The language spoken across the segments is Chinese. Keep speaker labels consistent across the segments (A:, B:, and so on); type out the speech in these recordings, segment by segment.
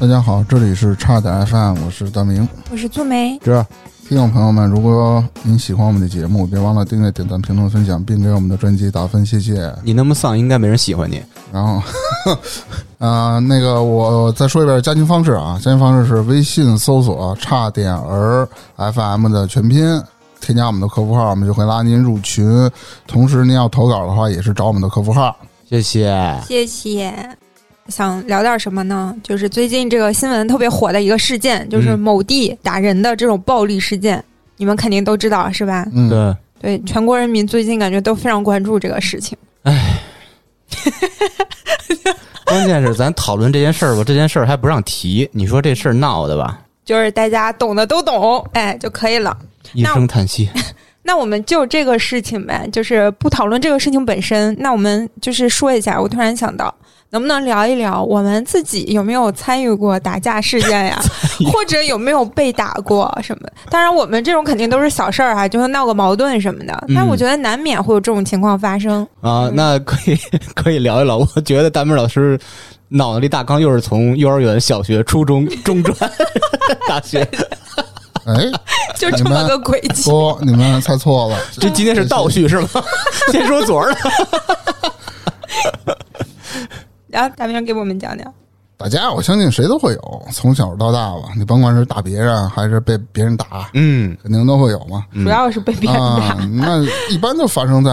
A: 大家好，这里是差点 FM，我是大明。
B: 我是粗梅，
A: 这听众朋友们，如果您喜欢我们的节目，别忘了订阅、点赞、评论、分享，并给我们的专辑打分，谢谢。
C: 你那么丧，应该没人喜欢你。
A: 然后， 啊、呃，那个我再说一遍加群方式啊，加群方式是微信搜索“差点儿 FM” 的全拼。添加我们的客服号，我们就会拉您入群。同时，您要投稿的话，也是找我们的客服号。
C: 谢谢。
B: 谢谢。想聊点什么呢？就是最近这个新闻特别火的一个事件，就是
C: 嗯
B: 某地打人的这种暴力事件，你们肯定都知道是吧？
A: 嗯，
C: 对，
B: 对，全国人民最近感觉都非常关注这个事情。
C: 关键是咱讨论这件事儿吧，这件事儿还不让提，你说这事儿闹的吧，
B: 就是大家懂的都懂，哎就可以了。
C: 一声叹 息。
B: 那我们就这个事情呗，就是不讨论这个事情本身。那我们就是说一下，我突然想到，能不能聊一聊我们自己有没有参与过打架事件 呀
C: 与，
B: 或者有没有被打过什么？当然，我们这种肯定都是小事儿啊，就是闹个矛盾什么的。但
C: 嗯
B: 我觉得难免会有这种情况发 生。
C: 啊，那可以可以聊一聊。我觉得大明老师脑力大纲又是从幼儿园、小学、初中、中专、 大学，
A: 哎，
B: 就这么个轨迹。
A: 不，你们猜错了，
C: 这今天是倒叙是吗？ 先说昨儿的，
B: 然后大明给我们讲讲，
A: 打架，我相信谁都会有，从小到大吧，你甭管是打别人啊还是被别人打，
C: 嗯，
A: 肯定都会有嘛。
B: 主要是被别人打
A: 啊，，那一般就发生在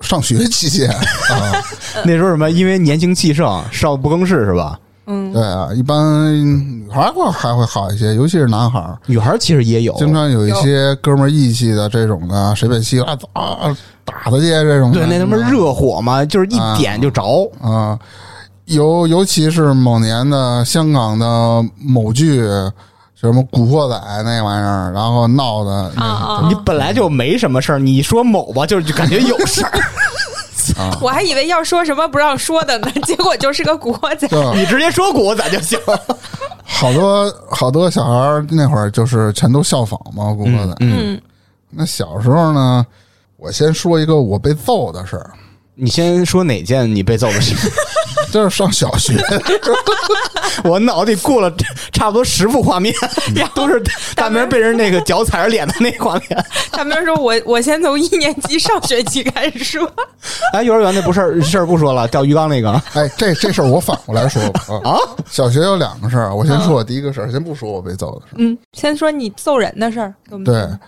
A: 上学期 间啊，
C: 那时候什么？因为年轻气盛，少不更事是吧？
B: 嗯，
A: 对啊，一般女孩会还会好一些，尤其是男孩儿，
C: 女孩其实也有，
A: 经常有一些哥们儿义气的这种的，谁被欺负啊，走啊打他去这种的，
C: 对那他妈热火嘛，就是一点就着。
A: 啊，尤尤其是某年的香港的某剧。什么《古惑仔》那玩意儿，然后闹的那
B: 啊啊
C: 你
B: 啊！
C: 本来就没什么事儿，你说某吧，就是就感觉有事 儿，
B: 我还以为要说什么不让说的 呢，结果就是个古惑仔。
A: 就
C: 你直接说古惑仔就行。
A: 好多好多小孩儿那会儿就是全都效仿嘛，《古惑仔》
C: 嗯，
B: 嗯，
A: 那小时候呢，我先说一个我被揍的事 儿，
C: 你先说哪件你被揍的事？
A: 这是上小学，
C: 我脑子里过了差不多十幅画面，都是大明被人那个脚踩着脸的那画面。
B: 大明说我：“我先从一年级上学期开始说，
C: 哎，幼儿园那不事儿事儿不说了，钓鱼缸那个
A: 哎，这这事儿我反过来说吧啊。小学有两个事儿，我先
C: 啊
A: 说我第一个事儿，先不说我被揍的事儿。
B: 嗯，先说你揍人的事儿，给我
C: 嗯
B: 们
A: 对
B: 讲，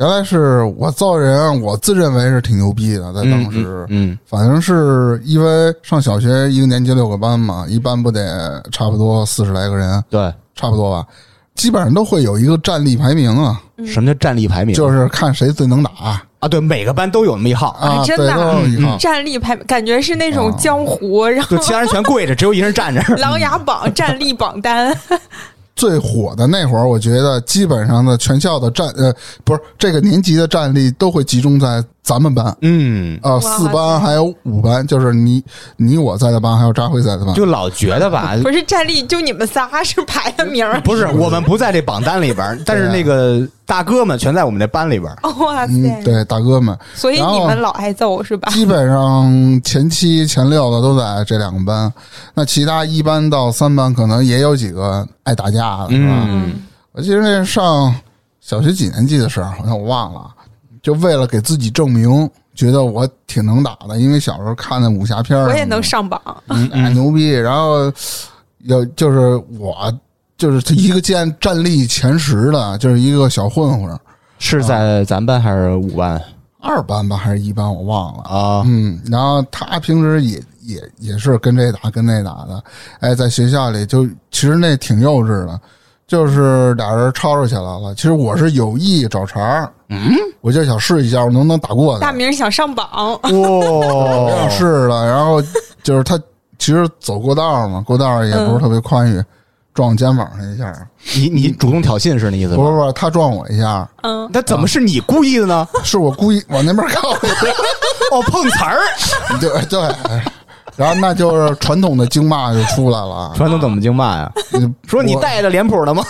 A: 原来是我揍人，我自认为是挺牛逼的，在当时，
C: 嗯，
A: 反正是因为上小学一个年级六个班嘛，一班不得差不多四十来个人，
C: 对，
A: 差不多吧，基本上都会有一个战力排名啊，
C: 什么叫战力排名？
A: 就是看谁最能打
C: 啊，对，每个班都有那么一 号，
A: 啊，
B: 真
A: 对，
B: 的嗯
A: 都有一号。
B: 站立排，感觉是那
A: 啊
B: 种江湖，然后
C: 就其他人全跪着，只有一人站着。
B: 琅琊榜战力榜单，
A: 最火的那会儿，我觉得基本上的全校的战呃，不是这个年级的战力都会集中在咱们班，
C: 嗯，
A: 呃，
B: 哇
A: 四班还有五班，就是你你我在的班，还有扎辉在的班。
C: 就老觉得吧，
B: 不是战力，就你们仨是排的名儿。
C: 不是我们不在这榜单里边儿，但是那个大哥们全在我们这班里边儿。
B: 哦哇塞！
A: 嗯，对，大哥们，
B: 所以
A: 然后
B: 你们老挨揍是吧？
A: 基本上前七、前六的都在这两个班，那其他一班到三班可能也有几个爱打架的，是吧？
C: 嗯，
A: 我记得那是上小学几年级的时候，好像我忘了，就为了给自己证明，觉得我挺能打的，因为小时候看的武侠片儿，
B: 我也能上榜，
A: 哎牛逼。然后有就是我就是一个战战力前十的，就是一个小混混，
C: 是在咱班还是五班
A: 二班吧还是一班我忘了。
C: 啊？
A: 嗯，然后他平时也也也是跟这打跟那打的，哎，在学校里就其实那挺幼稚的，就是俩人吵吵起来了。其实我是有意找茬儿，嗯，我就想试一下我能不能打过
B: 大
A: 他，
B: 明想上榜，
C: 嗯
A: 我想
C: 哇，
A: 试了。然 后就是他其实走过道儿嘛，过道儿也
B: 嗯
A: 不是特别宽裕，撞我肩膀上一下，
C: 你你主动挑衅是那意思
A: 不
C: 吗？啊
A: 是不是，他撞我一下，
B: 嗯，
C: 那怎么是你故意的呢？
A: 是我故意 往那边靠的，
C: 哦，碰瓷 儿，
A: 对对。然后那就是传统的经骂就出来了，
C: 传统怎么经骂呀？
A: 嗯
C: 说你
A: 我
C: 啊带着脸谱了吗？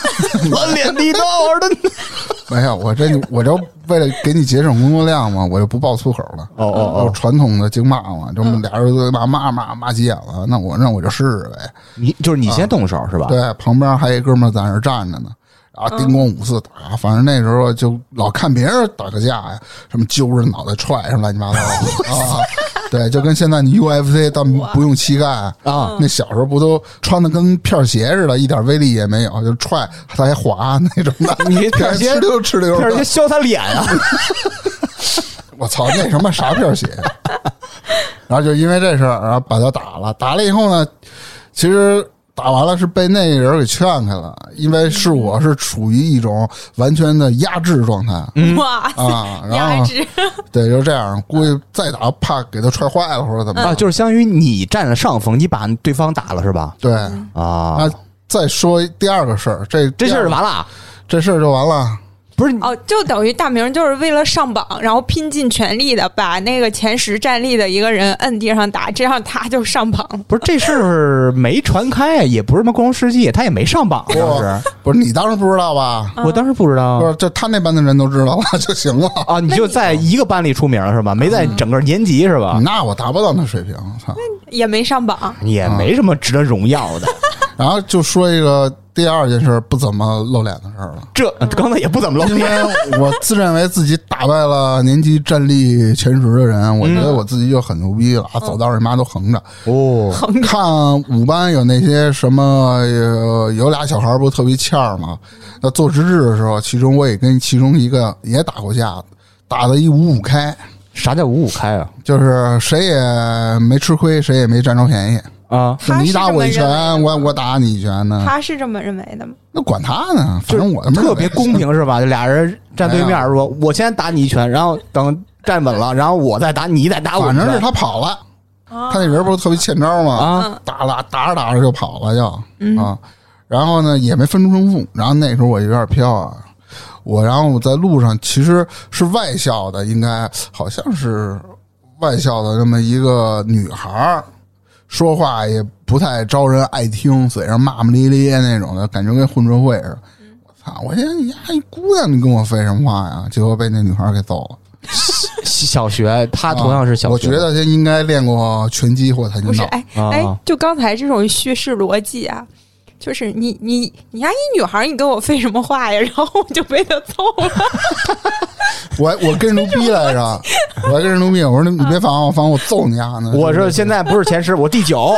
C: 我脸地道儿的，
A: 没有，我这我就为了给你节省工作量嘛，我就不爆粗口了。
C: 哦
A: 我
C: 哦哦，
A: 传统的经骂嘛，就俩人就骂骂骂骂急眼了，那我那我就试试呗。
C: 你就是你先动手、是吧？
A: 对，旁边还有一哥们儿在那儿站着呢，啊，叮咣五四打，反正那时候就老看别人打个架呀，什么揪着脑袋踹什么乱七八糟的啊。对，就跟现在你 UFC 但不用膝盖
C: 啊，。
A: 那小时候不都穿的跟片儿鞋似的，一点威力也没有，就踹他还滑那种的
C: 你片儿鞋
A: 哧溜哧溜
C: 片
A: 的
C: 儿，削他脸啊！
A: 我操，那什么啥片儿鞋？然后就因为这事儿，然后把他打了。打了以后呢，其实打完了是被那人给劝开了，因为是
C: 嗯
A: 我是处于一种完全的压制状态
B: 哇，
C: 嗯
A: 啊。然
B: 压
A: 后
B: 制，
A: 对，就这样，估计再打怕给他踹坏了或者怎么
C: 啊，
A: 着。
C: 就是相当于你占了上风，你把对方打了是吧？
A: 对
C: 啊
A: 啊，，再说第二个事儿，这
C: 这事儿
A: 了，
C: 就完了，
A: 这事儿就完了。
C: 不是你
B: 哦，就等于大明就是为了上榜，然后拼尽全力的把那个前十站立的一个人摁地上打，这样他就上榜了。
C: 不是这事儿没传开，啊也不是什么光世界，他也没上榜，啊当时
A: 不是你当时不知道吧？
C: 我当时哦不知
A: 不
C: 道
A: 是，就他那班的人都知道了就行了。
C: 啊，你就嗯在一个班里出名了是吧？没在整个年级是吧？
A: 那我达不到那水平，操！
B: 也没上榜，
C: 也没什么值得荣耀 的，
A: 然后就说一个第二件事儿不怎么露脸的事儿了，
C: 这刚才也不怎么露
A: 因
C: 面。
A: 为我自认为自己打败了年级战力前十的 人，我觉得我自己就很牛逼了，啊，
B: 嗯
A: 走道儿你妈都横着。
C: 哦，
A: 看五班有那些什么，呃有俩小孩儿不特别欠儿吗？那做值日的时候，其中我也跟其中一个也打过架，打的一五五开，
C: 啥叫五五开啊？
A: 就是谁也没吃亏，谁也没占着便宜。
C: 啊，
A: 就你打我一拳
B: 他是这么认为的，
A: 我我打你一拳呢，
B: 他是这么认为的吗？
A: 那管他呢，反
C: 就是
A: 正我他妈
C: 特别公平是吧？就俩人站对面说，我先打你一拳，然后等站稳了，然后我再打你，再打我一
A: 反
C: 拳。
A: 正是他跑了，他那人不是特别欠招吗？
C: 啊，
A: 打了打着打着就跑了就、啊，然后呢也没分出胜负，然后那时候我有点飘啊，我然后我在路上其实是外校的，应该好像是外校的这么一个女孩儿，说话也不太招人爱听，嘴上骂骂咧咧那种的，感觉跟混社会似的。我操！我寻思你丫一姑娘，你跟我废什么话呀？结果被那女孩儿给揍了。
C: 小学，他
A: 啊
C: 同样是小学。
A: 我觉得他应该练过拳击或跆
B: 不
A: 拳
B: 是，
A: 道。
B: 哎
C: 啊
B: 哎，就刚才这种叙事逻辑啊，就是你你你丫一女孩儿，你跟我废什么话呀？然后我就被他揍了。
A: 我还我跟人牛逼来着，我还跟人牛逼，我说你你别烦我，烦我揍你丫呢！
C: 我说现在不是前十，我第九。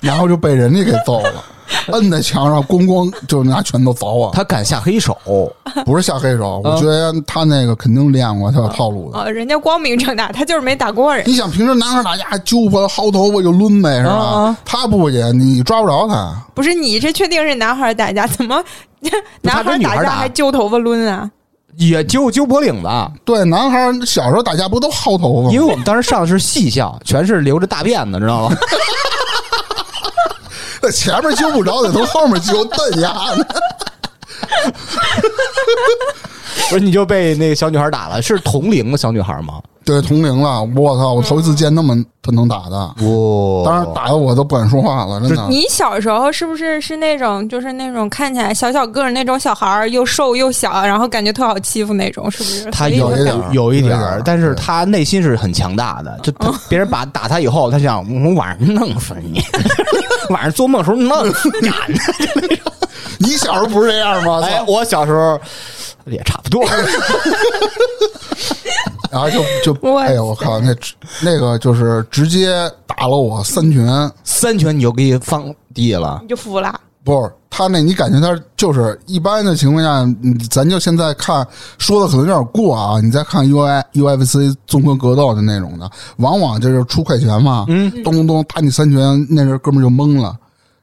A: 然后就被人家给揍了，摁在墙上，咣咣就拿拳头凿我。
C: 他敢下黑手，
A: 不是下黑手，我觉得他那个肯定练过，他有套路的。
B: 啊，人家光明正大，他就是没打过人。
A: 你想平时男孩打架揪破薅头发就抡呗，是
C: 啊
A: 吧
C: 啊？
A: 他不也你抓不着他，
B: 不是你这确定是男孩儿打架？怎么 男孩
C: 跟
B: 儿
C: 女
B: 打
C: 孩儿
B: 架
C: 打
B: 还揪头发抡啊？
C: 也揪揪脖领子。啊
A: 对，男孩小时候打架不都薅头发
C: 因为
A: 吗？
C: 我们当时上的是戏校，全是留着大辫子，知道吗？
A: 那前面揪不着，得从后面揪，瞪丫呢。
C: 不是，你就被那个小女孩打了，是同龄的小女孩吗？
A: 对，同龄了，我操！我头一次见那么他能打的，
C: 哇、
A: 当时打的我都不敢说话了，
C: 啊
A: 真的。
B: 你小时候是不是是那种就是那种看起来小小个儿那种小孩儿，又瘦又小，然后感觉特好欺负那种？是不是？所
C: 他
B: 以
C: 有
A: 有一点儿
C: 有一点
A: 有一点
C: 儿
A: 儿，
C: 但
A: 对
C: 是
A: 嗯
C: 他内心是很强大的。就他别人把打他以后，他想我晚上弄死你， 晚上做梦时候弄死你。
A: 你小时候不是这样吗？
C: 哎
A: 操，
C: 我小时候也差不 多。
A: 然后就就
B: 我
A: 哎呦我靠，那那个就是直接打了我三拳，
C: 三拳你就给放地了
B: 你就服了。啊
A: 不是他那，你感觉他就是一般的情况下，嗯咱就现在看说的可能有点过啊，你再看 U I U F C 综合格斗的那种的，往往就是出快拳嘛，嗯，咚咚咚打你三拳，那人哥们儿就懵了，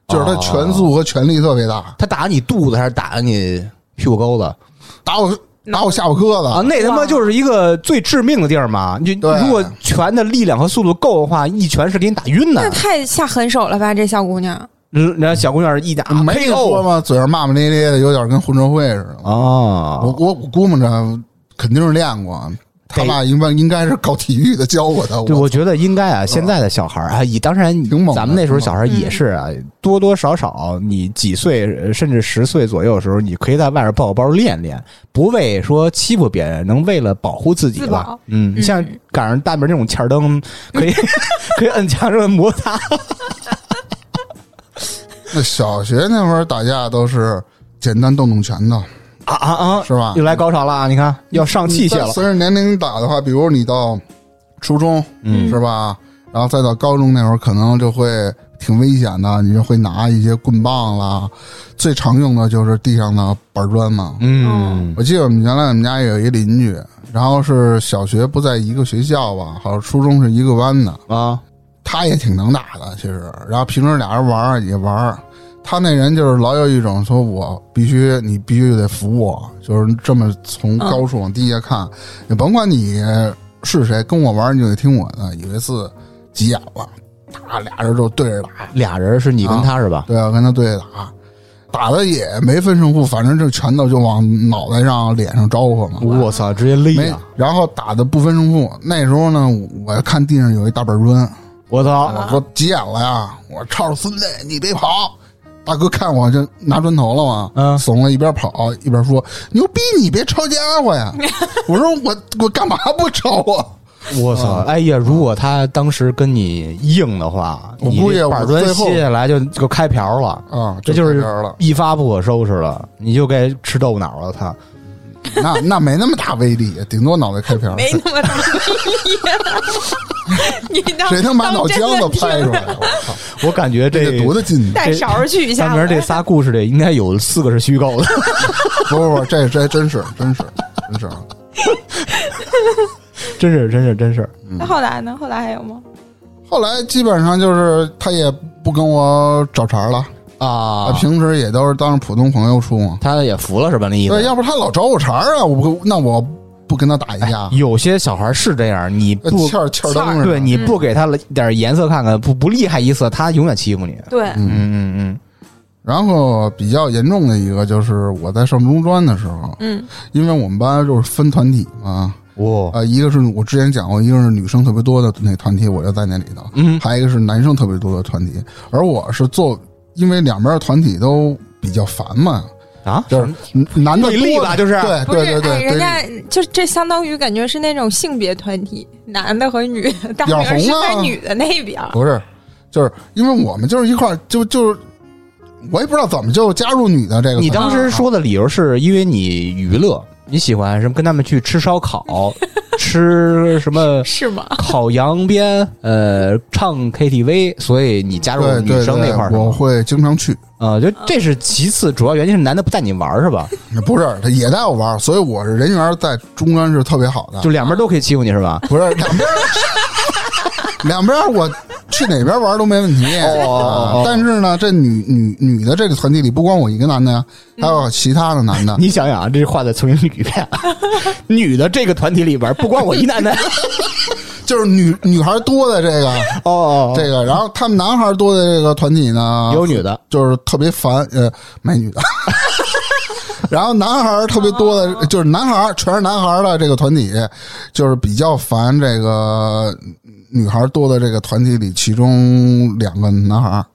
A: 就是他拳速和拳力特别大，
C: 他打你肚子还是打你屁股沟子啊？
A: 打我打我下巴磕子，
C: 那他妈
B: 哇
C: 就是一个最致命的地儿嘛！你
A: 对
C: 如果拳的力量和速度够的话，一拳是给你打晕
B: 那
C: 的。
B: 太下狠手了吧，这小姑娘。
C: 嗯然后小姑娘一打
A: 没说
C: KO
A: 嘛，嘴上骂骂咧咧的，有点跟混社会似的。
C: 啊
A: 我我我估摸着肯定是练过，啊他爸应该应该是搞体育的教我的，
C: 对，
A: 我
C: 我觉得应该啊，现在的小孩儿啊，以当然
A: 挺猛的
C: 咱们那时候小孩儿也是啊，多多少少你几岁呃甚至十岁左右的时候，你可以在外边抱个包练练，不为说欺负别人，能为了保护自己
B: 自
C: 吧
B: 保。
C: 嗯，
B: 嗯
C: 像赶上大门这种欠儿灯，可 以可以摁墙上摩擦。
A: 那小学那会儿打架都是简单动动拳头，
C: 啊啊啊！
A: 是吧
C: 又来高潮了啊！你看，要上器械
A: 你
C: 了
A: 在。随着年龄打的话，比如你到初中，
C: 嗯
A: 是吧？然后再到高中那会儿，可能就会挺危险的，你就会拿一些棍棒啦，最常用的就是地上的板砖嘛。
C: 嗯
A: 我记得我们原来我们家有一邻居，然后是小学不在一个学校吧，好像初中是一个班的，
C: 啊，
A: 他也挺能打的，其实。然后平时俩人玩儿也玩儿，他那人就是老有一种说我必须你必须得服我，就是这么从高处往低下看，也甭管你是谁，跟我玩儿你就得听我的。有一次急眼了，他俩人就对着打，
C: 俩人是你跟他是吧？
A: 对啊，跟他对着打。打的也没分胜负，反正就拳头就往脑袋上、脸上招呼嘛。
C: 我操，直接勒
A: 没
C: 啊！，
A: 然后打的不分胜负。那时候呢，我看地上有一大板砖，
C: 我操！
A: 我说急眼了呀！我吵吵孙子，你别跑！大哥看我就拿砖头了嘛，
C: 嗯
A: 怂了，一边跑一边说：“牛逼，你别抄家伙 呀！”我说我我干嘛不抄啊？
C: 我操！哎呀，如果他当时跟你硬的话，
A: 我估计
C: 你这
A: 我
C: 板砖
A: 最后
C: 卸下来就就开瓢了，
A: 啊，
C: 这就是，
A: 这儿了
C: 一发不可收拾了，你就该吃豆腐脑了。 他
A: 那那没那么大威力，顶多脑袋开瓢。
B: 没那么大意义。你当
A: 谁能把脑浆子拍出
B: 来？
A: 来？我操，
C: 我感觉
A: 这
C: 这
A: 得多大劲！
B: 带勺儿去一
C: 上
B: 下
C: 面
B: 吧。
C: 这仨故事里，应该有四个是虚构的。
A: 不不不，这这真是真是真是。
C: 真是真是真是，
B: 那后来呢？后来还有吗？
A: 后来基本上就是他也不跟我找茬了，
C: 啊
A: 啊，平时也都是当着普通朋友处嘛。
C: 他也服了是吧？那意
A: 对，
C: 思。
A: 要不他老找我茬儿啊，我不那我不跟他打一架，
C: 有些小孩是这样，你
A: 呃
C: 哎不
A: 欠儿欠儿灯似的。
C: 对你不给他点颜色看看，不不厉害一次，他永远欺负你。
B: 对，
C: 嗯嗯嗯，
A: 然后比较严重的一个就是我在上中专的时候，
B: 嗯
A: 因为我们班就是分团体嘛，
C: 哇，
A: 啊，一个是我之前讲过，一个是女生特别多的那团体，我就在那里头，
C: 嗯
A: 还有一个是男生特别多的团体，而我是做，因为两边团体都比较烦嘛，
C: 啊，
A: 就是男的
C: 对立
A: 多
C: 吧就是
A: 对
B: 不是，
A: 对对
B: 哎
A: 对，
B: 人
A: 对
B: 家就这相当于感觉是那种性别团体，男的和女的，大
A: 眼
B: 明是
A: 红啊
B: 在女的那边儿。
A: 不是，就是因为我们就是一块儿就就是，我也不知道怎么就加入女的这个团体。
C: 你当时说的理由是因为你娱乐，你喜欢什么跟他们去吃 烧烤，吃什么
B: 是吗？
C: 烤羊鞭，呃，唱 KTV，所以你加入
A: 对
C: 女
A: 对
C: 生
A: 对
C: 那块儿是
A: 我嗯
C: 吗？
A: 会经常去。
C: 啊，就这是其次，主要原因是男的不带你玩儿是吧？
A: 不是，他也带我玩儿，所以我是人缘在中专是特别好的。
C: 就两边都可以欺负你是吧？
A: 不是两边儿，两边儿我去哪边玩儿都没问题。
C: 哦哦
A: 啊
C: 哦
A: 但是呢，这女女女的这个团体里，不光我一个男的呀，还有
B: 嗯
A: 其他的男的。
C: 你想想啊，这话再重新捋一遍啊， 女的这个团体里边，不光我一 男的，
A: 就是女女孩多的这个
C: 哦
A: 这个，然后他们男孩多的这个团体呢，
C: 有女的，
A: 就是特别烦，呃，没女的。 然后男孩儿特别多的，就是男孩儿全是男孩儿的这个团体，就是比较烦这个女孩儿多的这个团体里，其中两个男孩儿，啊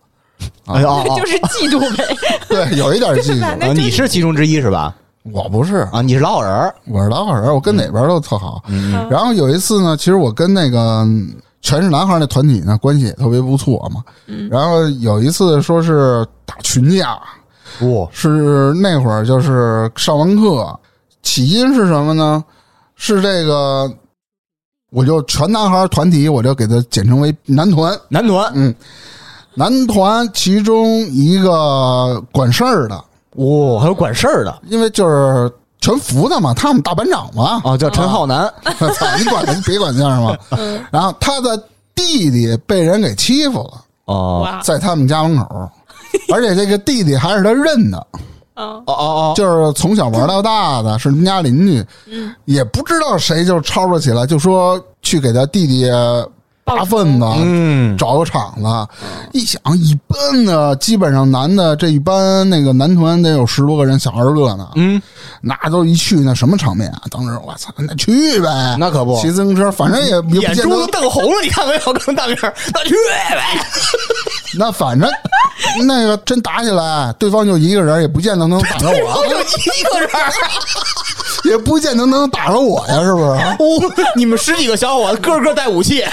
C: 哎呦，哦哦
B: 就是嫉妒呗。
A: 对，有一点
B: 这
A: 嫉
B: 男
A: 妒。
B: 的
C: 啊，你是其中之一是吧？
A: 我不是，
C: 啊，你是老好人儿，
A: 我是老好人儿，我跟哪边儿都特好。
B: 嗯
C: 嗯
A: 然后有一次呢，其实我跟那个嗯全是男孩儿那团体呢关系也特别不错嘛。然后有一次说是打群架，哦
C: 哇，
A: 是那会儿就是上完课，起因是什么呢？是这个，我就全男孩团体，我就给它简称为男团。
C: 男团，
A: 嗯男团其中一个管事儿的，
C: 哦哇，还有管事儿的，
A: 因为就是全服他嘛，他们大班长嘛，
C: 哦，叫陈浩南，
A: 操、 你管他别管相声嘛。然后他的弟弟被人给欺负了，
C: 哦，
B: 哇，
A: 在他们家门 口，而且这个弟弟还是他认的。
B: 嗯，
C: 哦哦哦，
A: 就是从小玩到大的，是他们家邻居，也不知道谁就吵吵起来，就说去给他弟弟大份子，
C: 嗯，
A: 找个场子。一想一般的，基本上男的这一般那个男团得有十多个人，小二十个呢。
C: 嗯，
A: 那都一去那什么场面啊！当时我操，那去呗，
C: 那可不
A: 骑自行车，反正也也不
C: 眼
A: 见
C: 珠
A: 得
C: 都瞪红了，你看没有？跟大个儿，那去呗。
A: 那反 正那个真打起来，对方就一个人，也不见得能打着
C: 我
A: 我，
C: 就一个人儿，
A: 也不见得能打着我呀，是不 是？
C: 哦，你们十几个小伙子，个个带武器，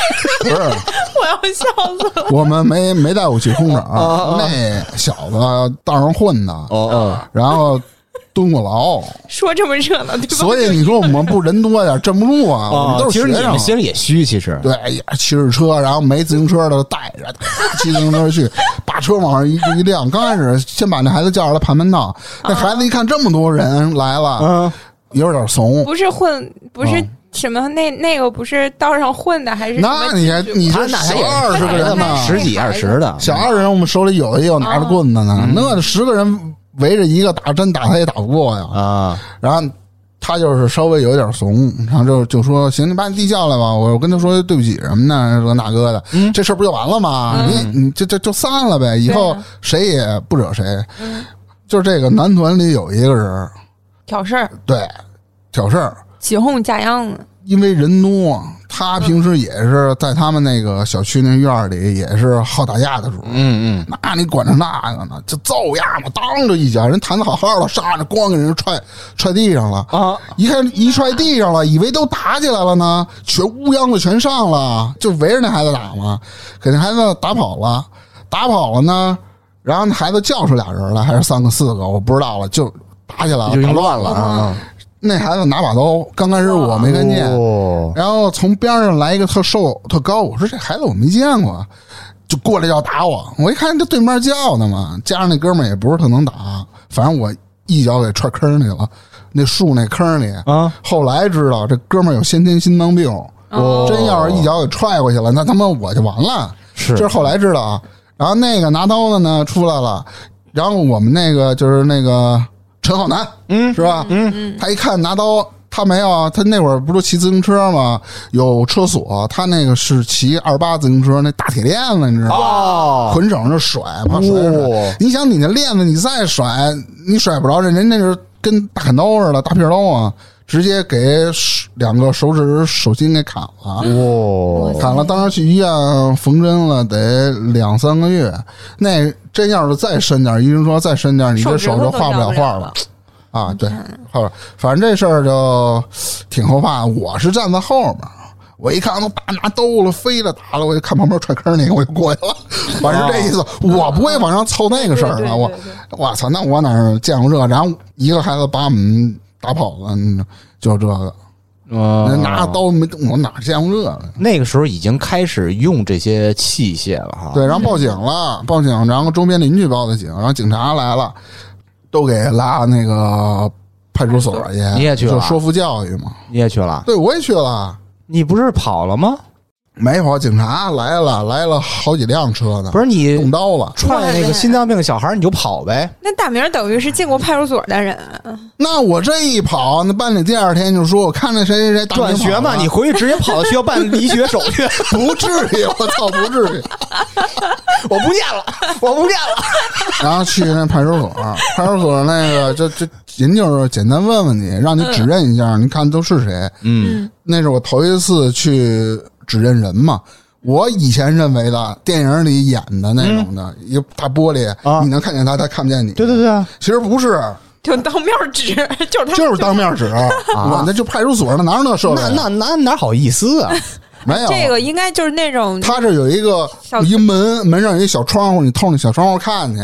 A: 不是，
B: 我要笑死了。
A: 我们没没带武器空手，
C: 啊
A: 那小子道上混的，
C: 哦哦，
A: 然后蹲过牢，
B: 说这么热闹，对吧？
A: 所以你说我们不人多点镇不住啊，我们都
C: 哦其
A: 是
C: 实
A: 学
C: 你
A: 生
C: 们。心里也虚，其实，
A: 对，也骑着车，然后没自行车的带着 骑自行车去，把车往上一一亮。刚开始先把那孩子叫上来盘盘道，那孩子一看这么多人来了，
C: 嗯，
A: 有点怂，
B: 不是混，不
A: 啊
B: 是什么那那个不是道上混的，还是什么
A: 那你还你
C: 他
A: 这
C: 那
A: 小
C: 还也
A: 二十个人呢，
C: 十几二十的，
A: 小二十人我们手里有的也有拿着棍子呢，那十个人围着一个打，真打他也打不过呀。
C: 啊，
A: 然后他就是稍微有一点怂，然后就就说：“行，你把你弟叫来吧，我跟他说对不起什么的，这个那个的，这事儿不就完了吗？你你就就就散了呗，以后
B: 嗯对啊嗯
A: 谁也不惹谁。”就是这个男团里有一个人，
B: 挑事儿、
A: 对，挑事儿，
B: 起哄架秧子，
A: 因为人多，他平时也是在他们那个小区那院儿里也是好打架的主。
C: 嗯嗯，
A: 那你管着那个呢？就揍呀嘛，当着一脚，人弹的好好的，上着咣给人踹踹地上了。
C: 啊，
A: 一看一踹地上了，以为都打起来了呢，全乌泱子全上了，就围着那孩子打嘛，给那孩子打跑了，打跑了呢，然后那孩子叫出俩人来，还是三个四个，我不知道了，就打起来了，
C: 就已
A: 打
C: 经
A: 乱
C: 乱了啊，
A: 那孩子拿把刀，刚开始我没看见，
C: 哦
A: 然后从边上来一个特瘦特高，我说这孩子我没见过，就过来要打我。我一看这对面叫呢嘛，加上那哥们儿也不是特能打，反正我一脚给踹坑里了，那树那坑里。
C: 啊，
A: 后来知道这哥们儿有先天心脏病，
B: 嗯
C: 哦
A: 真要是一脚给踹过去了，那他妈我就完了。
C: 是
A: 这是后来知道啊。然后那个拿刀的呢出来了，然后我们那个就是那个陈浩南，嗯，是吧？嗯，他一看拿刀，他没有啊，他那会儿不是骑自行车吗？有车锁，他那个是骑二八自行车那大铁链子，你知道吗？
C: 哦，
A: 捆绳就甩嘛，甩甩
C: 哦
A: 甩。你想你那链子，你再甩，你甩不着人，人那是跟大砍刀似的，大片刀啊，直接给手两个手指手心给砍了。
C: 哦，
A: 砍了，当时去医院缝针了，得两三个月。那真要是再深点儿，医生说再深点儿，你这
B: 指
A: 手
B: 头
A: 就
B: 都
A: 画不了
B: 摇不
A: 画了。啊，对，后边反正这事儿就挺后怕。我是站在后面儿，我一看都把拿兜了、飞了、打了，我就看旁边踹坑那个，我就过
C: 哦
A: 去了。我是这意思，我不会往上凑那个事儿
B: 对对
A: 了。
B: 对
A: 我
B: 对
A: 我操，那我哪儿见过这？然后一个孩子把我们打跑了，嗯就这
C: 哦
A: 个，
C: 嗯
A: 拿着刀没，我哪儿见过这个？
C: 那个时候已经开始用这些器械了哈，
A: 对，然后报警了，报警，然后周边邻居报的警，然后警察来了，都给拉那个派出所去。
C: 你也去了
A: 就说服教育嘛？
C: 你也去了，
A: 对，我也去了。
C: 你不是跑了吗？
A: 没跑，警察来了，来了好几辆车呢，
C: 不是你
A: 动刀了。
C: 踹那个心脏病小孩儿你就跑 呗，
B: 那大明儿等于是进过派出所的人，啊
A: 那我这一跑，那班里第二天就说，我看那谁谁谁打
C: 转学嘛，
A: 嘛，
C: 你回去直接跑到学校办离学手 续，
A: 不至于，我操，不至于。
C: 我不念了，我不念了。
A: 然后去那派出所，派出所那个就就人就是简单问问你，让你指认一下，你看都是谁。
C: 嗯，
A: 那是我头一次去指认人嘛。我以前认为的电影里演的那种的，一个大玻璃，
C: 啊
A: 你能看见他，他看不见你。
C: 对对对啊，
A: 其实不是，
B: 就当面指， 就是 他，
A: 就是当面指。啊
B: 啊
A: 我那就派出所那哪有那设备
C: 那
A: 啊？
C: 那那哪好意思 啊？
A: 没有。
B: 这个应该就是那种
A: 他这有一个
B: 小啊
A: 一门，门上有一小窗户，你透那小窗户看去，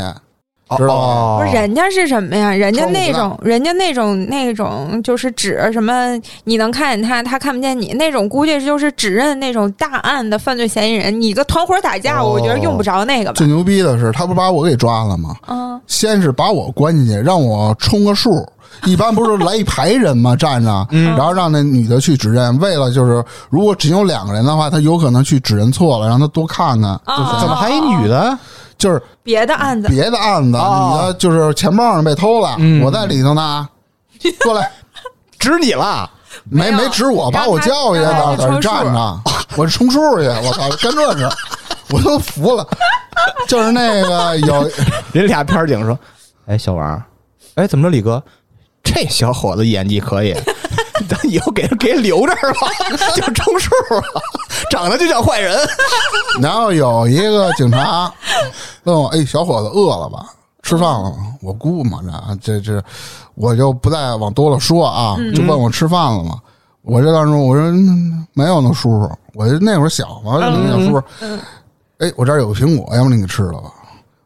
C: 哦
A: 知道吗？
B: 不是人家是什么呀？人家那
A: 窗户
B: 种，人家那种那种就是指什么，你能看见他，他看不见你那种，估计就是指认那种大案的犯罪嫌疑人。你跟团伙打架，
C: 哦
B: 我觉得用不着那个吧
A: 最。牛逼的是，他不把我给抓了吗？
B: 嗯，
A: 先是把我关进去，让我充个数。一般不是来一排人 吗？站着，
B: 嗯
A: 然后让那女的去指认，为了就是如果只有两个人的话，她有可能去指认错了，让她多看看。
B: 啊
C: 怎么还一女的？
A: 就是
B: 别的案子，
A: 别的案子，
C: 哦
A: 女的就是钱包上被偷了，
C: 嗯
A: 我在里头呢，过来，
C: 指你了？
A: 没
B: 没有
A: 没指我，把我叫去，
B: 让
A: 在在
B: 她
A: 这
B: 让她去
A: 站着，我冲数去，我操，干这事儿，我都服了。 就是那个有
C: 人俩片儿警说：“ 哎，小王儿，哎，怎么着，李哥，这小伙子演技可 以，咱以后给给留这儿吧， 就充数了，长得就像坏人。
A: 然后有一个警察问我：“哎，小伙子，饿了吧？吃饭了吗？”我估摸着啊，这这，我就不再往多了说啊，就问我吃饭了吗？我这当中我说嗯没有呢，叔叔，我就那会儿小嘛，就那叔叔，哎，我这儿有个苹果，要不你给吃了吧？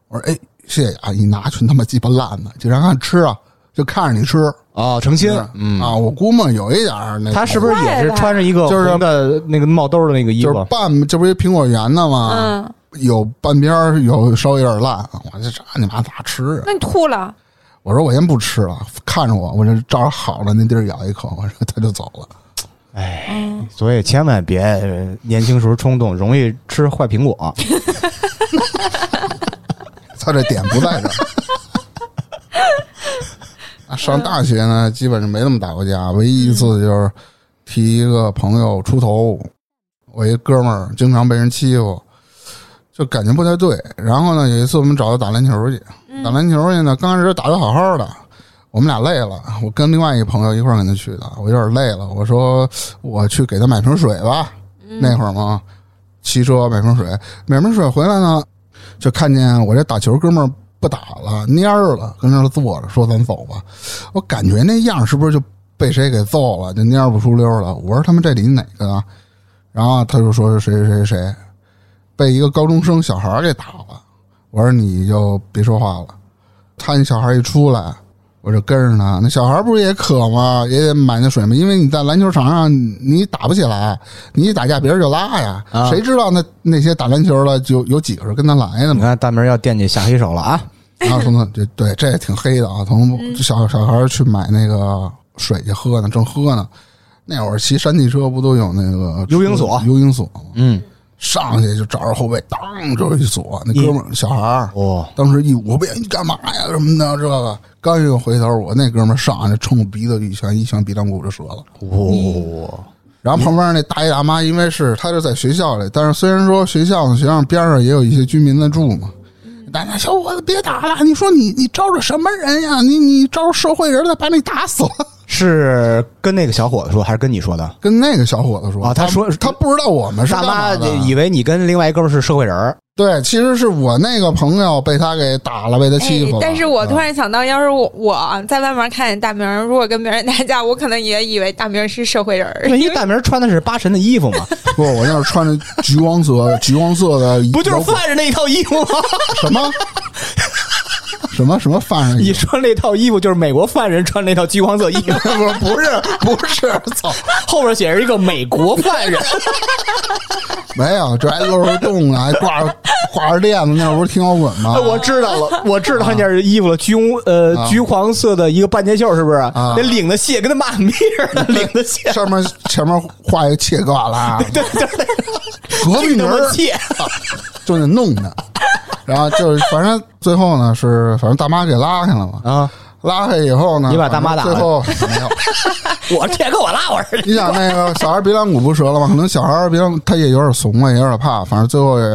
A: 我说哎，谢谢啊，你拿去他妈鸡巴烂的，警察看吃啊，就看着你吃，”
C: 哦，成亲，
A: 嗯啊，我估摸有一点儿那
C: 他是不是也是穿着一个
A: 就是
C: 红的那个帽兜的那个衣
A: 就
C: 服
A: 是？半，这不是一苹果园的吗？
B: 嗯，
A: 有半边儿有稍微有点烂，我这这你妈咋吃啊？
B: 那你吐 了，
A: 我说我先不吃了，看着我，我这照着好了那地儿咬一口，我说 他就走了。
C: 所以千万别呃年轻时候冲动，容易吃坏苹 果。
A: 他这点不在这儿。啊上大学呢，基本上没怎么打过架，唯一一次就是替一个朋友出头，我一哥们儿经常被人欺负，就感觉不太对。然后呢，有一次我们找他打篮球去，打篮球去呢，刚开始打得好好的，我们俩累了，我跟另外一朋友一块儿跟他去的，我有点累了，我说我去给他买瓶水吧。那会儿嘛，骑车买瓶水，买瓶水回来呢，就看见我这打球哥们儿不打了，蔫儿了，跟那儿坐着，说咱走吧。我感觉那样是不是就被谁给揍了，就蔫儿不出溜儿了？我说他们这里哪个啊？然后他就说是谁谁谁谁被一个高中生小孩儿给打了。我说你就别说话了。他那小孩一出来，我就跟着他。那小孩不是也渴吗？也得买那水吗？因为你在篮球场上你你打不起来，你一打架别人就拉呀。
C: 啊
A: 谁知道那那些打篮球的就有几个是跟他来的
C: 你
A: 嘛？
C: 看大明要惦记下黑手了啊！
A: 然后从那对对，这也挺黑的啊。从小小孩去买那个水去喝呢，正喝呢。那会儿骑山地车不都有那个
C: 幽灵锁
A: 幽灵锁吗？
C: 嗯，
A: 上去就找着后背，当就是一锁。那哥们儿小孩儿
C: 哦，
A: 当时一捂别你干嘛呀什么的，这个刚一个回头，我那哥们儿上来冲我鼻子一拳，一拳鼻梁骨就折了。
C: 哦，
A: 然后旁边那大爷大妈，因为是他是在学校里，但是虽然说学校呢，学校边上也有一些居民在住嘛。大家小伙子别打了，你说你你招惹什么人呀？你你招惹社会人了，把你打死了。
C: 是跟那个小伙子说，还是跟你说的？
A: 跟那个小伙子说
C: 啊他说
A: 他不知道我们是
C: 大
A: 干嘛
C: 妈
A: 的
C: 以为你跟另外一哥们儿是社会人儿，
A: 对，其实是我那个朋友被他给打了，被他欺负了。
B: 哎但是我突
A: 啊
B: 然想
C: 嗯
B: 到，要是我我在外面看见大明儿，如果跟别人打架，我可能也以为大明儿是社会人儿。
C: 因为大明穿的是八神的衣服嘛，
A: 不，我要是穿着橘黄色、橘黄色的衣服，
C: 不就是犯人那一套衣服吗？
A: 什么什么什么犯人衣
C: 你
A: 服？
C: 穿那套衣服就是美国犯人穿那套橘黄色衣服，
A: 不不是不是，操！
C: 后边写着一个美国犯 人。
A: 没有，这还露着洞呢，还挂着挂着链子，那不是听摇滚吗？
C: 我知道了，我知道那件衣服了，橘红
A: 啊
C: 呃橘黄色的一个半截袖，是不是？
A: 啊
C: 那领子蟹跟他妈咪似的，领子 蟹，
A: 上面前面画一个切格瓦拉，
C: 对对对，
A: 何必
C: 巨他
A: 名
C: 妈
A: 儿
C: 蟹。
A: 就得弄他。然后就是，反正最后呢是，反正大妈给拉开了嘛。
C: 啊！
A: 拉开以后呢，
C: 你把大妈打
A: 反正最后没有。
C: 我这跟我拉我似的。
A: 你想那个小孩鼻梁骨不折了吗？可能小孩鼻梁他也有点怂啊，也有点怕，反正最后也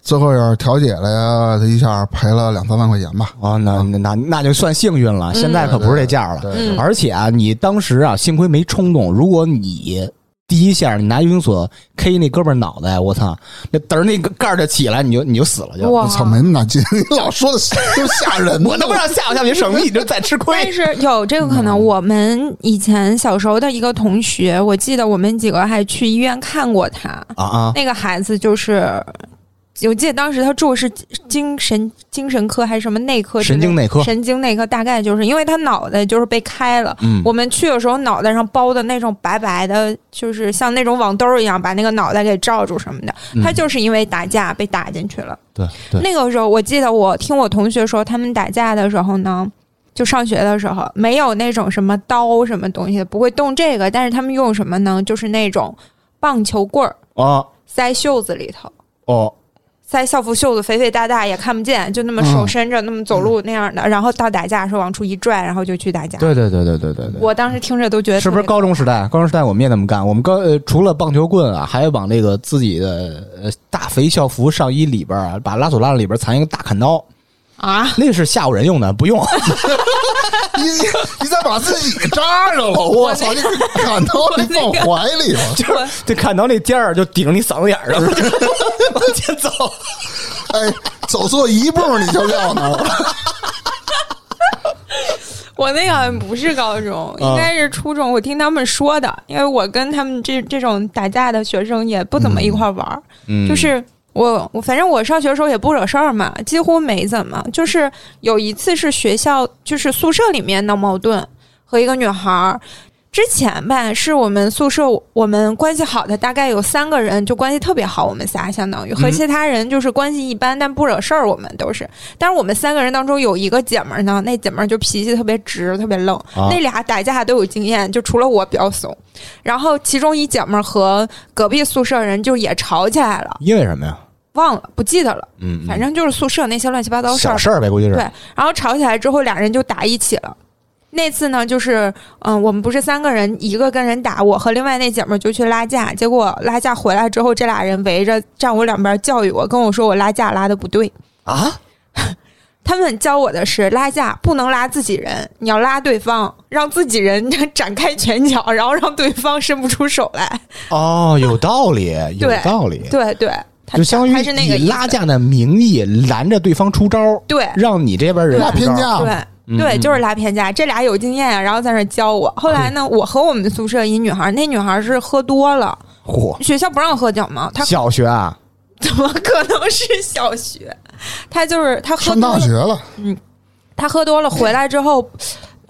A: 最后也是调解了一下，赔了两三万块钱吧。
C: 哦，那那那那就算幸运了，现在可不是这价了。
A: 对
C: 而且啊，你当时啊，幸亏没冲动。如果你第一下你拿游泳锁 K 那哥们儿脑袋，我操，那嘚儿那个盖儿就起来，你就你就死了就。
B: 哇
A: 我操，没那么大劲！ 你老说的就吓人的，
C: 我都不知道吓不吓 你什么，你就再吃亏
B: 但。是有这个可能，我们以前小时候的一个同学，我记得我们几个还去医院看过他。
C: 啊啊！
B: 那个孩子就是，我记得当时他住的是精神精神科还是什么内科之类的？
C: 神经内科
B: 神经内科大概就是因为他脑袋就是被开了。
C: 嗯，
B: 我们去的时候，脑袋上包的那种白白的，就是像那种网兜一样，把那个脑袋给罩住什么的。
C: 嗯
B: 他就是因为打架被打进去了。
C: 对对，
B: 那个时候，我记得我听我同学说，他们打架的时候呢，就上学的时候没有那种什么刀什么东西，不会动这个，但是他们用什么呢？就是那种棒球棍儿
C: 哦
B: 塞袖子里头，
C: 哦，
B: 在校服袖子肥肥大大也看不见，就那么
C: 嗯
B: 手伸着、那么走路那样的，然后到打架的时候往出一拽，然后就去打架。
C: 对对对对对对对。
B: 我当时听着都觉得
C: 是不是
B: 特别
C: 高中时代？高中时代我们也那么干。我们高呃，除了棒球棍啊，还往那个自己的呃大肥校服上衣里边啊，把拉锁拉里边藏一个大砍刀，
B: 啊？
C: 那是吓唬人用的，不 用。
A: 你你你再把自己扎上了，我操！你砍刀你放怀里了。
C: 就是这砍刀那尖儿就顶着你嗓子眼 儿上，往前走。
A: 哎，走错一步你就撂那儿了。
B: 我那个好像不是高
C: 啊
B: 中，应该是初中。我听他们说的，因为我跟他们这这种打架的学生也不怎么一块玩儿、
C: 嗯
B: 就是我我反正我上学的时候也不惹事儿嘛，几乎没怎么。就是有一次是学校就是宿舍里面闹矛盾，和一个女孩儿。之前吧，是我们宿舍我们关系好的，大概有三个人就关系特别好，我们仨相当于和其他人就是关系一般，但不惹事儿，我们都是。但是我们三个人当中有一个姐们儿呢，那姐们儿就脾气特别直，特别愣。
C: 啊
B: 那俩打架都有经验，就除了我比较怂。然后其中一姐们儿和隔壁宿舍人就也吵起来了，
C: 因为什么呀？
B: 忘了不记得了，
C: 嗯，
B: 反正就是宿舍那些乱七八糟事
C: 小
B: 儿。
C: 事儿呗，估计是
B: 对。然后吵起来之后，俩人就打一起了。那次呢，就是嗯、我们不是三个人，一个跟人打，我和另外那姐们儿就去拉架，结果拉架回来之后，这俩人围着站我两边教育我，跟我说我拉架拉的不对。
C: 啊，
B: 他们教我的是拉架不能拉自己人，你要拉对方，让自己人展开拳脚，然后让对方伸不出手来。
C: 哦，有道理，有
B: 对
C: 道理。
B: 对对，他
C: 就相当
B: 他
C: 于
B: 是那个
C: 以
B: 意思
C: 拉架的名义拦着对方出招，
B: 对
C: 让你这边人
A: 拉
C: 出
A: 偏
C: 招。
A: 架，
B: 对。对，
A: 嗯
B: 就是拉偏架，这俩有经验，啊然后在那儿教我。后来呢，我和我们宿舍一女孩，那女孩是喝多了，
C: 嚯，
B: 学校不让喝酒嘛，她
C: 小学啊，
B: 怎么可能是小学？她就是她喝
A: 上
B: 多
A: 大
B: 了
A: 学，了，
B: 她喝多了回来之后，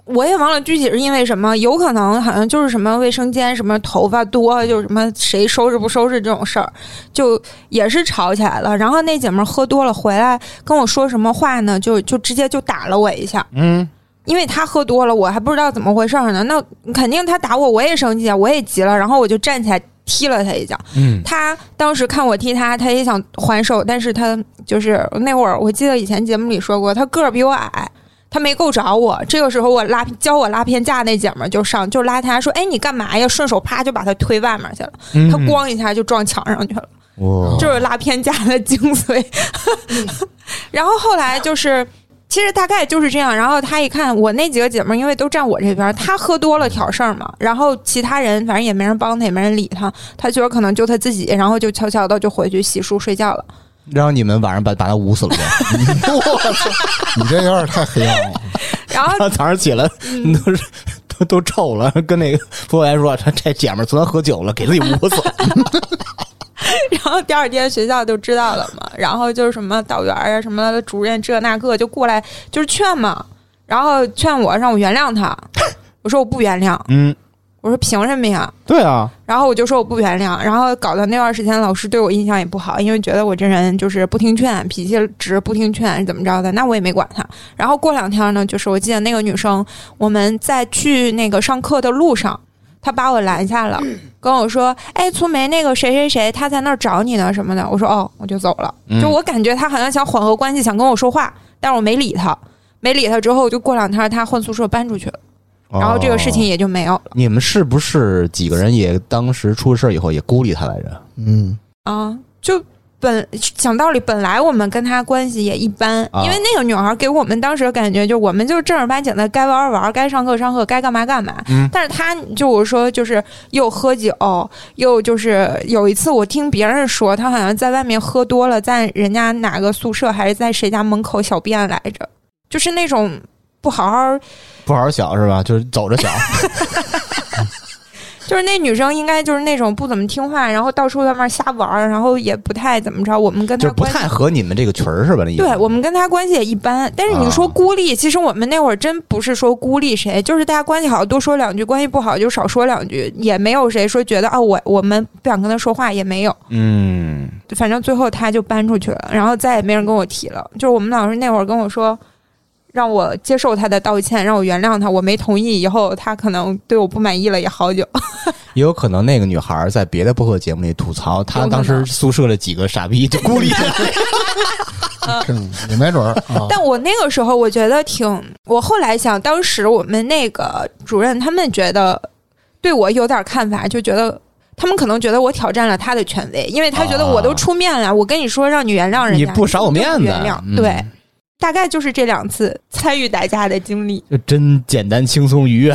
B: 我也忘了具体是因为什么，有可能好像就是什么卫生间什么头发多，就是什么谁收拾不收拾这种事儿，就也是吵起来了。然后那姐们儿喝多了回来跟我说什么话呢？就就直接就打了我一下。
C: 嗯，
B: 因为他喝多了，我还不知道怎么回事儿呢。那肯定他打我，我也生气啊，我也急了，然后我就站起来踢了他一脚。
C: 嗯，
B: 他当时看我踢他，他也想还手，但是他就是那会儿，我记得以前节目里说过，他个儿比我矮。他没够着我，这个时候我拉教我拉偏架那姐们儿就上，就拉他说：“哎，你干嘛呀？”顺手啪就把他推外面去了，他
C: 嗯
B: 咣一下就撞墙上去了。
C: 哇，
B: 就是拉偏架的精髓。 然后后来就是，其实大概就是这样。然后他一看我那几个姐妹儿，因为都站我这边儿，他喝多了挑事儿嘛。然后其他人反正也没人帮他，也没人理他，他觉得可能就他自己，然后就悄悄的就回去洗漱睡觉了。
C: 然后你们晚上把把他捂死 了呗，
A: 我操！你这有点太黑暗了。
B: 然后
C: 他早上起来都是都都臭了， 跟那个服务员说，这这姐们儿昨天喝酒了，给自己捂死了。
B: 然后第二天学校就知道了嘛，然后就是什么导员啊、什么主任这那个就过来就是劝嘛，然后劝我让我原谅他，我说我不原谅，
C: 嗯，
B: 我说凭什么呀？
C: 对啊，
B: 然后我就说我不原谅，然后搞得那段时间老师对我印象也不好，因为觉得我这人就是不听劝，脾气直，不听劝怎么着的，那我也没管他。然后过两天呢，就是我记得那个女生，我们在去那个上课的路上，她把我拦下了，跟我说：“哎，粗梅，那个谁谁谁，他在那儿找你呢什么的。”我说：“哦，我就走了。”就我感觉她好像想缓和关系，想跟我说话，但是我没理她。没理她之后，就过两天她换宿舍搬出去了，然后这个事情
C: 哦，
B: 也就没有了
C: 你们是不是几个人也当时出事儿以后也孤立他来着？
A: 嗯，
B: 啊，就本讲道理，本来我们跟她关系也一般，
C: 啊
B: 因为那个女孩给我们当时的感觉就是我们就是正儿八经的，该玩儿玩儿，该上课上课，该干嘛干嘛。
C: 嗯
B: 但是她就我说就是又喝酒，又就是有一次我听别人说，她好像在外面喝多了，在人家哪个宿舍还是在谁家门口小便来着，就是那种不好好
C: 不好好想是吧？就是走 着想，
B: 就是那女生应该就是那种不怎么听话，然后到处在那儿瞎玩儿，然后也不太怎么着。我们跟
C: 就
B: 她
C: 是不
B: 关系
C: 太合你们这个群儿是吧？那意思
B: 对我们跟她关系也一般。但是你说
C: 啊
B: 孤立，其实我们那会儿真不是说孤立谁，就是大家关系好多说两句，关系不好就少说两句，也没有谁说觉得啊我我们不想跟她说话也没有。
C: 嗯，
B: 反正最后她就搬出去了，然后再也没人跟我提了。就是我们老师那会儿跟我说。让我接受他的道歉，让我原谅他，我没同意，以后他可能对我不满意了也好久。
C: 也有可能那个女孩在别的播客节目里吐槽，她
B: 有可
C: 当时
B: 能
C: 宿舍的几个傻逼就孤立 了。
A: 嗯也没准儿
C: 哦
A: 啊。
B: 但我那个时候我觉得挺，我后来想，当时我们那个主任他们觉得对我有点看法，就觉得。他们可能觉得我挑战了他的权威，因为他觉得我都出面了，我跟你说让你原谅人家，
C: 你不赏我
B: 就
C: 面子
B: 原谅、
C: 嗯
B: 对，大概就是这两次参与打架的经 历。
C: 就真简单、轻松、愉 悦。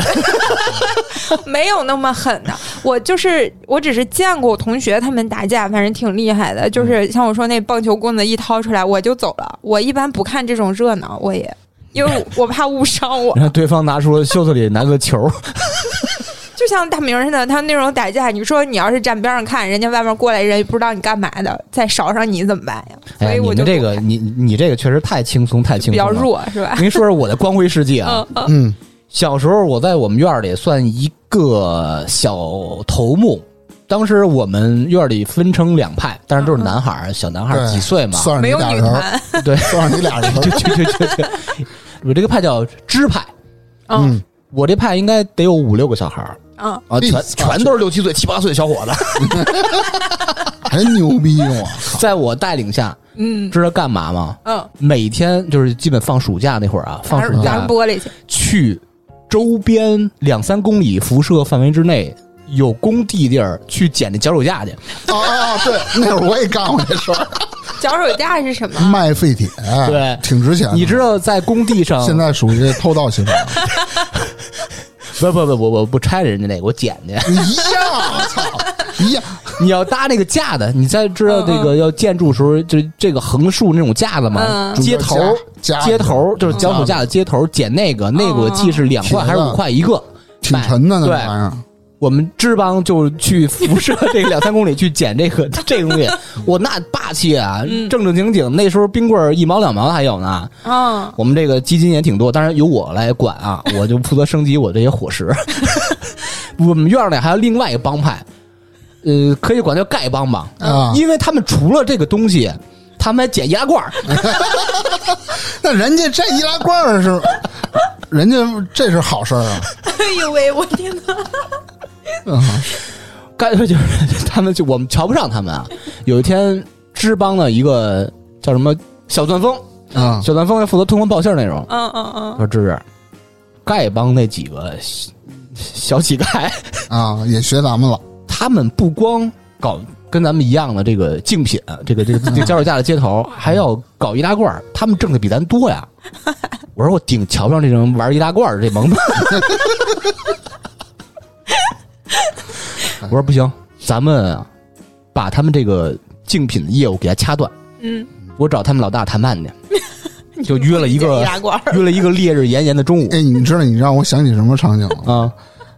B: 没有那么狠的，我就是我只是见过我同学他们打架，反正挺厉害的。
C: 嗯
B: 就是像我说那棒球棍子一掏出来我就走了，我一般不看这种热闹，我也因为我我怕误伤我。
C: 然后对方拿出了袖子里拿个球，
B: 就像大明似的，他那种打架，你说你要是站边上看，人家外面过来人也不知道你干嘛的，再勺上你怎么办呀？所
C: 哎，
B: 以
C: 你
B: 我
C: 们
B: 就
C: 这
B: 不
C: 个你你这个确实太轻松，太轻松
B: 比较
C: 了。
B: 弱是吧？
C: 您说说我的光辉事迹啊，
B: 嗯嗯
A: 嗯，
C: 小时候我在我们院儿里算一个小头目。当时我们院儿里分成两派，但是都是男孩儿，小男孩儿
A: 对
C: 几岁嘛，
A: 算
B: 没
A: 是
B: 有
A: 你俩
B: 女
A: 人儿，
B: 团，
C: 对，
A: 算是你俩人儿。
C: 就 就就就就，我这个派叫支派，
B: 嗯
A: 嗯，
C: 我这派应该得有五六个小孩儿
B: 嗯，
C: 啊，全
A: 哎
C: 全都是六七岁、七八岁的小伙子，
A: 还牛逼我
C: 在我带领下，
B: 嗯
C: 知道干嘛吗？
B: 嗯，
C: 每天就是基本放暑假那会儿啊，放
B: 砸
C: 暑
B: 砸
C: 假
B: 玻璃去，
C: 去周边两三公里辐射范围之内有工地地儿去捡那脚手架去，
A: 靠！啊啊，啊对，那会儿我也干过这事儿，
B: 脚手架是什么？
A: 卖废铁，啊
C: 对
A: 挺值钱的。
C: 你知道在工地 上，
A: 现在属于偷盗行为，
C: 不不不不不不拆人家那个，我捡去。
A: 你 一样，啊操，一样，
C: 你要搭那个架子，你再知道这个要建筑时候，就这个横竖那种架子嘛，
B: 嗯
C: 接头
A: 加
C: 接头就是脚手架的接头，捡那个那个我记是两块还是五块一个，
A: 挺沉的那
C: 对
A: 玩意儿。
C: 我们支帮就去辐射这个两三公里去捡这个 这个东西，我那霸气啊，
B: 嗯
C: 正正经经。那时候冰棍儿一毛两毛还有呢，
B: 嗯，
C: 我们这个基金也挺多，当然由我来管啊，我就负责升级我这些伙食。 我们院儿里还有另外一个帮派，呃，可以管叫丐帮吧，
A: 啊
C: 因为他们除了这个东西，他们还捡易拉罐儿，
A: 那人家这易拉罐儿 是，人家这是好事儿 啊。
B: 哎呦喂，我天哪！
A: 嗯
C: 干脆就是他们就我们瞧不上他们啊。有一天，支帮的一个叫什么小钻风，
A: 啊，
C: 小钻风负责通风报信儿那种，
B: 嗯嗯嗯，
C: 说芝芝，丐帮那几个小小乞丐，
A: 啊，也学咱们了，
C: 他们不光搞跟咱们一样的这个竞品，这个这个这个脚手架的接头，还要搞易拉罐儿，他们挣的比咱多呀。我说我顶瞧不上这种玩易拉罐儿的这萌吧。我说不行，咱们啊把他们这个竞品的业务给他掐断，
B: 嗯，
C: 我找他们老大谈判去，就约了一
B: 易
C: 个
B: 拉罐儿，
C: 约了一个烈日炎炎的中午
A: 哎，你知道你让我想起什么场景了？
C: 啊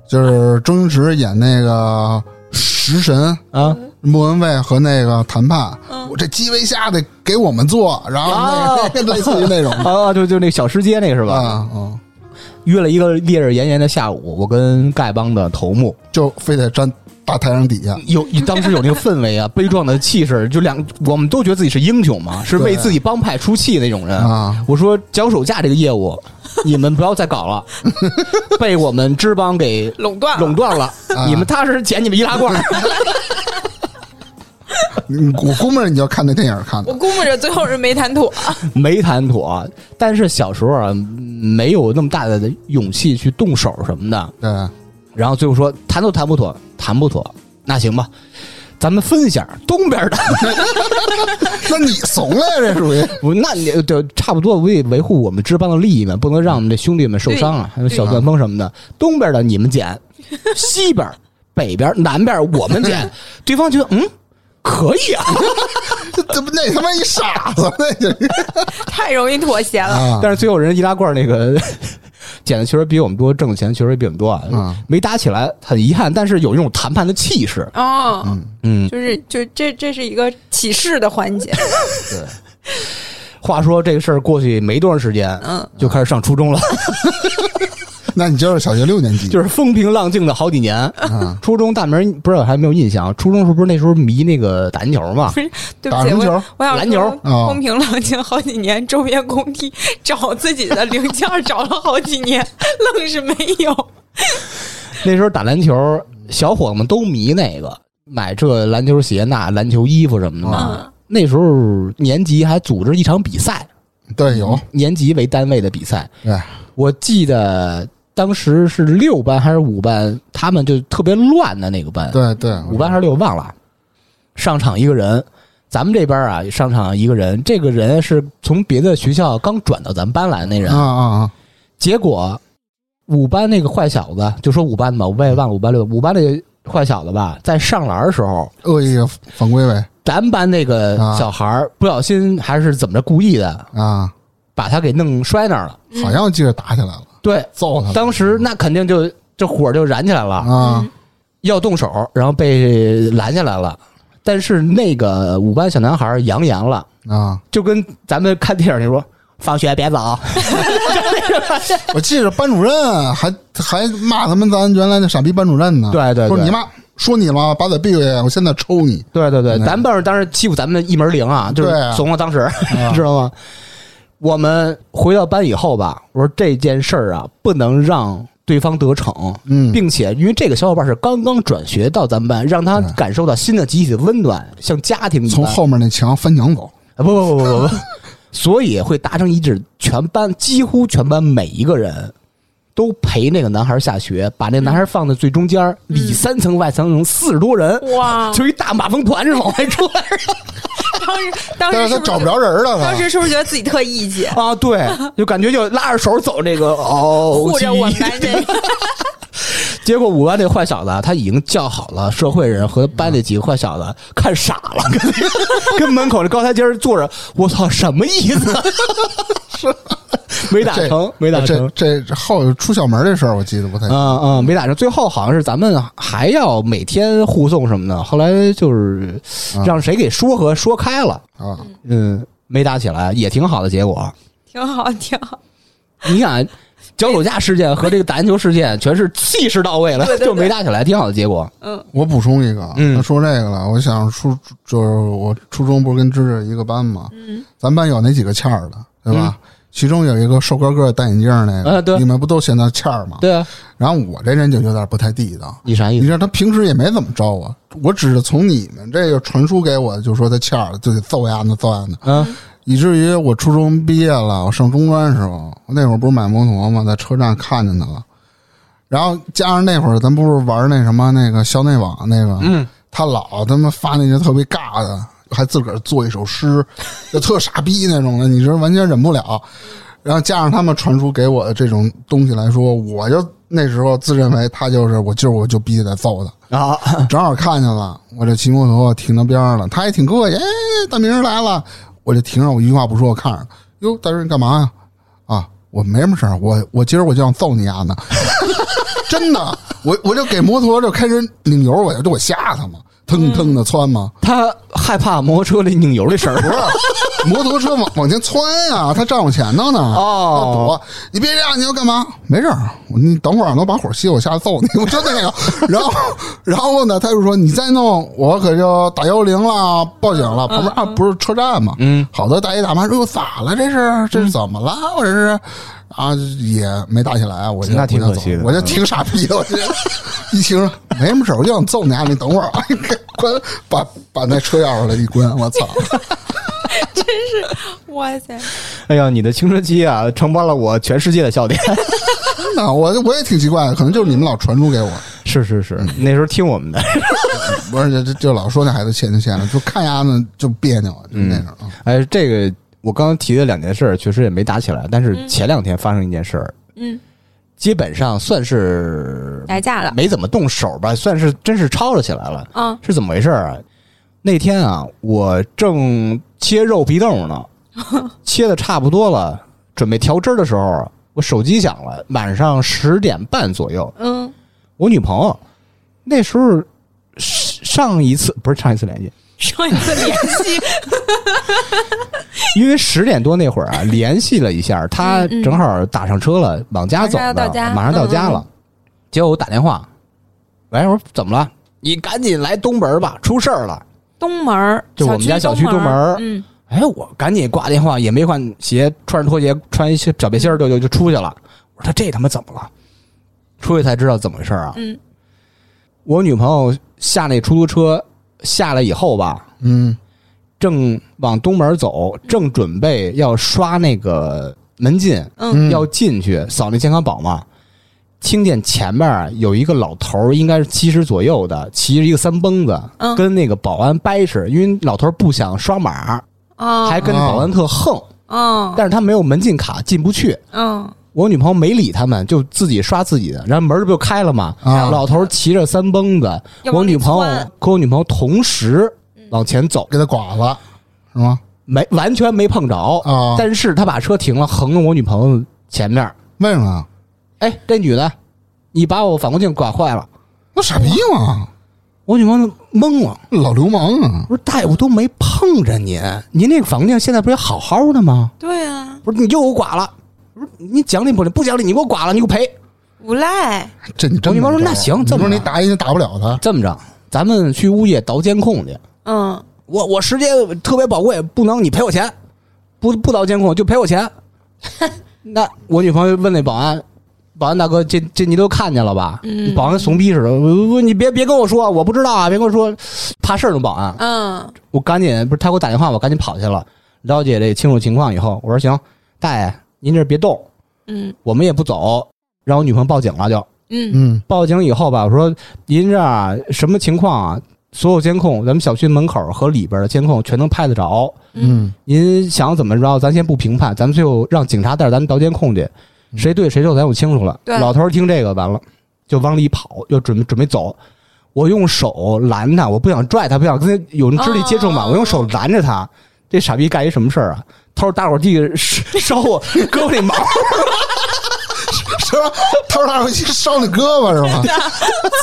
A: 就是周星驰演那个食神
C: 啊！
A: 莫文蔚和那个谈判，
B: 嗯
A: 我这基围虾得给我们做，然后那个、 类似于那种
C: 啊，就就那个小吃街那个哦 是
A: 啊
C: 吧？
A: 啊，嗯
C: 约了一个烈日炎炎的下午，我跟丐帮的头目
A: 就非得站大太阳底下。
C: 有当时有那个氛 围啊，悲壮的气势，就两我们都觉得自己是英雄嘛，是为自己帮派出气那种人。
A: 啊
C: 我说脚手架这个 业务，你们不要再搞了，被我们支帮给
B: 垄断了
C: 垄断了，
A: 啊
C: 你们踏实捡你们易 拉罐儿。
A: 你我估摸着你就看那电影看
B: 我
A: 的，
B: 估摸着最后是没谈妥。
C: 没谈妥，但是小时候啊，没有那么大的勇气去动手什么的。
A: 对，
C: 然后最后说谈都谈不妥，谈不妥，那行吧，咱们分一下东边的。
A: 那你怂了呀，这属于
C: 不，那你就差不多为维护我们支帮的利益嘛，不能让我们这兄弟们受伤啊，还有小钻风什么的。东边的你们捡， 西边、北边、南边我们 捡。对方觉得嗯，可以啊，
A: 这这不那他妈一傻子，那 就是
B: 太容易妥协了。
A: 啊，
C: 但是最后人易拉罐那个 捡的确实比我们多，挣的钱确实比我们多啊，
A: 嗯
C: 没打起来很遗憾，但是有那种谈判的气势。
B: 哦，
C: 嗯，
B: 就是就这这是一个启示的环节。
C: 话说这个事儿过去没多长时间，
B: 嗯，
C: 就开始上初中了。
A: 那你就是小学六年级，
C: 就是风平浪静的好几年。
A: 啊
C: 初中大门不知道还有没有印象？啊初中是不是那时候迷那个打篮球嘛？
B: 对
A: 打
B: 不起，
A: 什么
B: 我
A: 球？
B: 我想
C: 篮球
B: 说
A: 哦
B: 风平浪静好几年，周边工地 找自己的零件儿找了好几年，愣是没有。
C: 那时候打篮球，小伙子们都迷那个，买这篮球鞋、那篮球衣服什么的嘛。
A: 啊
B: 嗯，
C: 那时候年级还组织一场比赛，
A: 对，有，
C: 年级为单位的比赛。
A: 哎，
C: 我记得当时是六班还是五班，他们就特别乱的那个班，
A: 对对，
C: 五班还是六忘了。上场一个人，咱们这边啊上场一个人，这个人是从别的学校刚转到咱们班来的那人
A: 啊，啊啊，
C: 结果五班那个坏小子，就说五班吧，我也忘了五班六五班那个坏小子吧，在上篮的时候，
A: 恶意犯规呗，
C: 咱们班那个
A: 啊
C: 小孩儿不小心还是怎么着故意的，
A: 啊，
C: 把他给弄摔那儿了。
B: 嗯
A: 好像我记得打起来了，
C: 对，
A: 揍他了，
C: 当时那肯定就这火就燃起来了，
A: 啊，
B: 嗯
C: 要动手，然后被拦下来了。但是那个五班小男孩扬言了，
A: 啊！
C: 就跟咱们看电影里说。 放学别走，
A: 我记着班主任还还骂他们咱原来那傻逼班主任呢，
C: 对对对
A: 说你妈说你了，把嘴闭回去，我现在抽 你
C: 对对对，
A: 嗯
C: 咱们班主当时欺负咱们一门零啊，就是
A: 对啊
C: 怂了。当时、
A: 啊
C: 知道吗？我们回到班以后吧，我说这件事儿啊，不能让对方得逞，
A: 嗯，
C: 并且因为这个小伙伴是刚刚转学到咱们班，让他
A: 嗯
C: 感受到新的集体的温暖，像家庭一般。
A: 从后面那墙翻墙走，
C: 啊不不不不不不， 所以会达成一致，全班几乎全班每一个人都陪那个男孩下学，把那个男孩放在最中间儿，里三层外三层，四十多人，
B: 哇！
C: 就一大马蜂团似的往外出来。
B: 当时当
A: 但
B: 时
A: 是他
B: 是不是
A: 找不着人了，他
B: 当时是不是觉得自己特义气，
C: 啊，对，就感觉就拉着手走这个哦，
B: 护着 我们 班这
C: 结果五班那坏小子他已经叫好了社会人和班里几个坏小子，看傻了，跟那个跟门口那高台阶儿坐着，我操，什么意思？没打
A: 这
C: 成，没打成
A: 这。这这后出校门这事儿，我记得不太。
C: 嗯嗯，没打成。最后好像是咱们啊还要每天护送什么的，后来就是
A: 啊
C: 让谁给说和说开了，
A: 啊，
C: 嗯，没打起来，也挺好的结果。
B: 挺好，挺好。
C: 你想，脚手架事件和这个打篮球事件全是气势到位了，
B: 对对对
C: 就没打起来，挺好的结果。
B: 嗯
A: 我补充一个，啊
C: 嗯
A: 他说这个了，我想初就是我初中不是跟芝芝一个班嘛，
B: 嗯，
A: 咱班有那几个欠儿的，对吧？其中有一个瘦高个戴眼镜儿那个，
C: 嗯啊对
A: 你们不都嫌他欠儿吗？
C: 对啊，
A: 然后我这人就有点不太地道，
C: 你啥意
A: 你
C: 思？
A: 知道他平时也没怎么招我，我只是从你们这个传输给我，就说他欠儿就得揍丫的揍丫的，
C: 嗯
A: 以至于我初中毕业了，我上中专的时候，那会儿不是买摩托嘛，在车站看见他了，然后加上那会儿咱不是玩那什么那个校内网那个，
C: 嗯，
A: 他老他妈发那些特别尬的，还自个儿做一首诗，就特傻逼那种的，你这完全忍不了。然后加上他们传输给我的这种东西来说，我就那时候自认为他就是我今儿我就必须得揍他。
C: 啊，
A: 正好看见了，我这骑摩托停到边上了，他也挺客气，哎，大明儿来了，我就停上，我一句话不说，我看着他，哟，大明儿你干嘛呀？啊，我没什么事儿，我我今儿我就想揍你丫的， 真的，我我就给摩托就开始拧油，我就我吓他嘛，腾腾的窜嘛，
C: 他害怕摩托车里拧油的事儿。
A: 不是，摩托车往往前窜啊，他站我前头呢，要
C: 哦，
A: 躲，你别这样，你要干嘛？没事儿，我你等会儿能把火熄了，我下来揍你， 我就那个。然后，然后呢，他就说你再弄，我可就打幺幺零了，报警了。旁边啊，不是车站嘛，
C: 嗯，
A: 好多大爷大妈说哟哎咋了？这是这是怎么了？我这是。啊，也没打起来，我就
C: 那挺可惜的嗯
A: 我就走了我就挺傻逼的，我就一听说没什么事儿，我就想揍你啊！你等会儿啊，你给关把把那车钥匙来一关，我操！
B: 哇塞，
C: 哎呀，你的青春期啊，承包了我全世界的笑点。
A: 真的，我我也挺奇怪的，可能就是你们老传输给我，
C: 是是是，那时候听我们的。
A: 不是，就就老说那孩子欠就欠了，就看丫呢就别扭，就那种。
C: 哎，这个我刚刚提的两件事儿，确实也没打起来，但是
B: 嗯
C: 前两天发生一件事儿，
B: 嗯，
C: 基本上算是
B: 打架了，
C: 没怎么动手吧，算是真是吵吵起来了。
B: 嗯
C: 是怎么回事儿啊？那天啊，我正切肉皮冻呢， 切的差不多了，准备调汁儿的时候，啊我手机响了，晚上十点半左右，
B: 嗯
C: 我女朋友那时候上上一次不是上一次联系，
B: 上一次联 系，
C: 因为十点多那会儿 啊，联系了一下，他
B: 嗯嗯
C: 正好打上车了，往家走
B: 马上
C: 呢
B: 要到家，
C: 马上到家
B: 嗯嗯嗯
C: 了。结果我打电话，喂，我说怎么了？你赶紧来东门吧，出事儿了。
B: 东门儿，
C: 就我们家小区
B: 东儿
C: 东
B: 嗯，
C: 哎，我赶紧挂电话，也没换鞋，穿着拖鞋，穿一些小背心儿就就就出去了。我说他这他妈怎么了？出去才知道怎么回事儿啊！
B: 嗯，
C: 我女朋友下那出租车下来以后吧，
A: 嗯
C: 正往东门
B: 嗯
C: 走，正准备要刷那个门禁，
B: 嗯
C: 要进去扫那健康宝嘛。听见前面啊有一个老头儿，应该是七十左右的，骑着一个三蹦子，
B: 嗯
C: 跟那个保安掰扯，因为老头儿不想刷码，
B: 哦，
C: 还跟保安特横，
B: 嗯
C: 但是他没有门禁卡进不去。
B: 嗯
C: 我女朋友没理他们，就自己刷自己的，然后门儿不就开了吗？
A: 啊，
C: 老头儿骑着三蹦子，
B: 要
C: 我
B: 往里
C: 女朋友
B: 窜嗯
C: 和我女朋友同时往前走，
A: 给他剐了是吗？
C: 没完全没碰着
A: 啊
C: 但是他把车停了，横到我女朋友前面儿。
A: 为什么啊呀？
C: 哎，这女的，你把我反光镜刮坏了。
A: 那傻逼嘛，
C: 我女朋友懵了，
A: 老流氓啊！
C: 我说大爷，我都没碰着您，您那个反光镜现在不是好好的吗？
B: 对啊，
C: 不是你又给我剐了，我说你讲理不讲理？不讲理，你给我剐了，你给我赔。
B: 无赖，
A: 这你真
C: 我女朋友说
A: 没招
C: 那行
A: 你
C: 这么
A: 说
C: 着
A: 你打也打不了他，
C: 这么着，咱们去物业倒监控去。
B: 嗯
C: 我我时间特别宝贵，不能你赔我钱，不不倒监控就赔我钱。那我女朋友问那保安，保安大哥，这这你都看见了吧？
B: 嗯
C: 保安怂逼似的，不不不，你别别跟我说，我不知道啊，别跟我说，怕事儿呢。保安，
B: 嗯
C: 我赶紧不是他给我打电话，我赶紧跑去了，了解这清楚情况以后，我说行，大爷您这别动，
B: 嗯
C: 我们也不走，让我女朋友报警了就。
B: 嗯
A: 嗯
C: 报警以后吧，我说您这儿啊什么情况啊？所有监控，咱们小区门口和里边的监控全能拍得着。
A: 嗯
C: 您想怎么着，咱先不评判，咱们最后让警察带着咱们倒监控去，谁对谁错咱就清楚了。
B: 对
C: 老头儿听这个完了，就往里跑，就准备准备走。我用手拦他，我不想拽他，不想跟他有肢体接触嘛，
B: 哦
C: 我用手拦着他。这傻逼干一什么事儿啊？他说：“大伙儿弟烧 我胳膊里毛。”
A: 是吧？掏大手机烧你胳膊是 吧？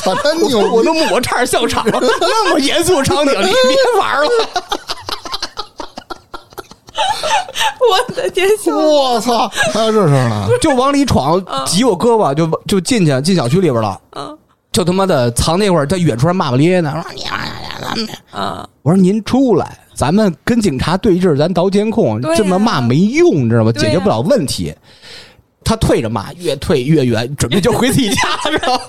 A: 操，真牛逼！
C: 我都我差点笑场了， 那么严肃场景，你别玩了。
B: 我的天，笑死我
A: 我操，还有这事儿 呢？
C: 就往里闯，挤我胳膊，就就进去进小区里边了。
B: 嗯
C: 就他妈的藏那会儿，在远处还骂骂咧咧呢。说你妈呀咱们
B: 嗯，
C: 我说您出来，咱们跟警察对峙，咱倒监控，
B: 对呀
C: 这么骂没用，你知道吗？
B: 对呀
C: 解决不了问题。他退着骂，越退越远，准备就回自己家了。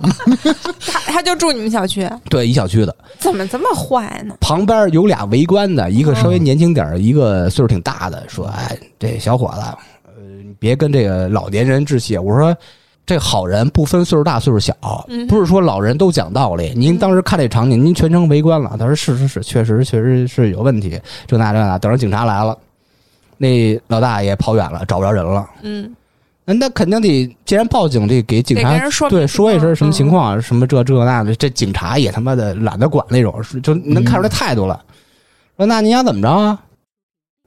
B: 他他就住你们小区，
C: 对，一小区的
B: 怎么这么坏呢？
C: 旁边有俩围观的，一个稍微年轻点儿，一个岁数挺大的，说：“哎，这小伙子，呃，你别跟这个老年人置气。”我说。这好人不分岁数大岁数小，不是说老人都讲道理。您当时看这场景，您全程围观了。他说：“是是是，确实确实是有问题，这那这那。”等着警察来了，那老大爷跑远了，找不着人了。
B: 嗯，
C: 那那肯定得，既然报警，得给警
B: 得
C: 察
B: 跟人说
C: 对
B: 明
C: 说一
B: 情况
C: 声什么
B: 嗯
C: 情况，啊什么这这那的，这警察也他妈的懒得管那种，是就能看出来态度了。
B: 嗯
C: 说那你想怎么着啊？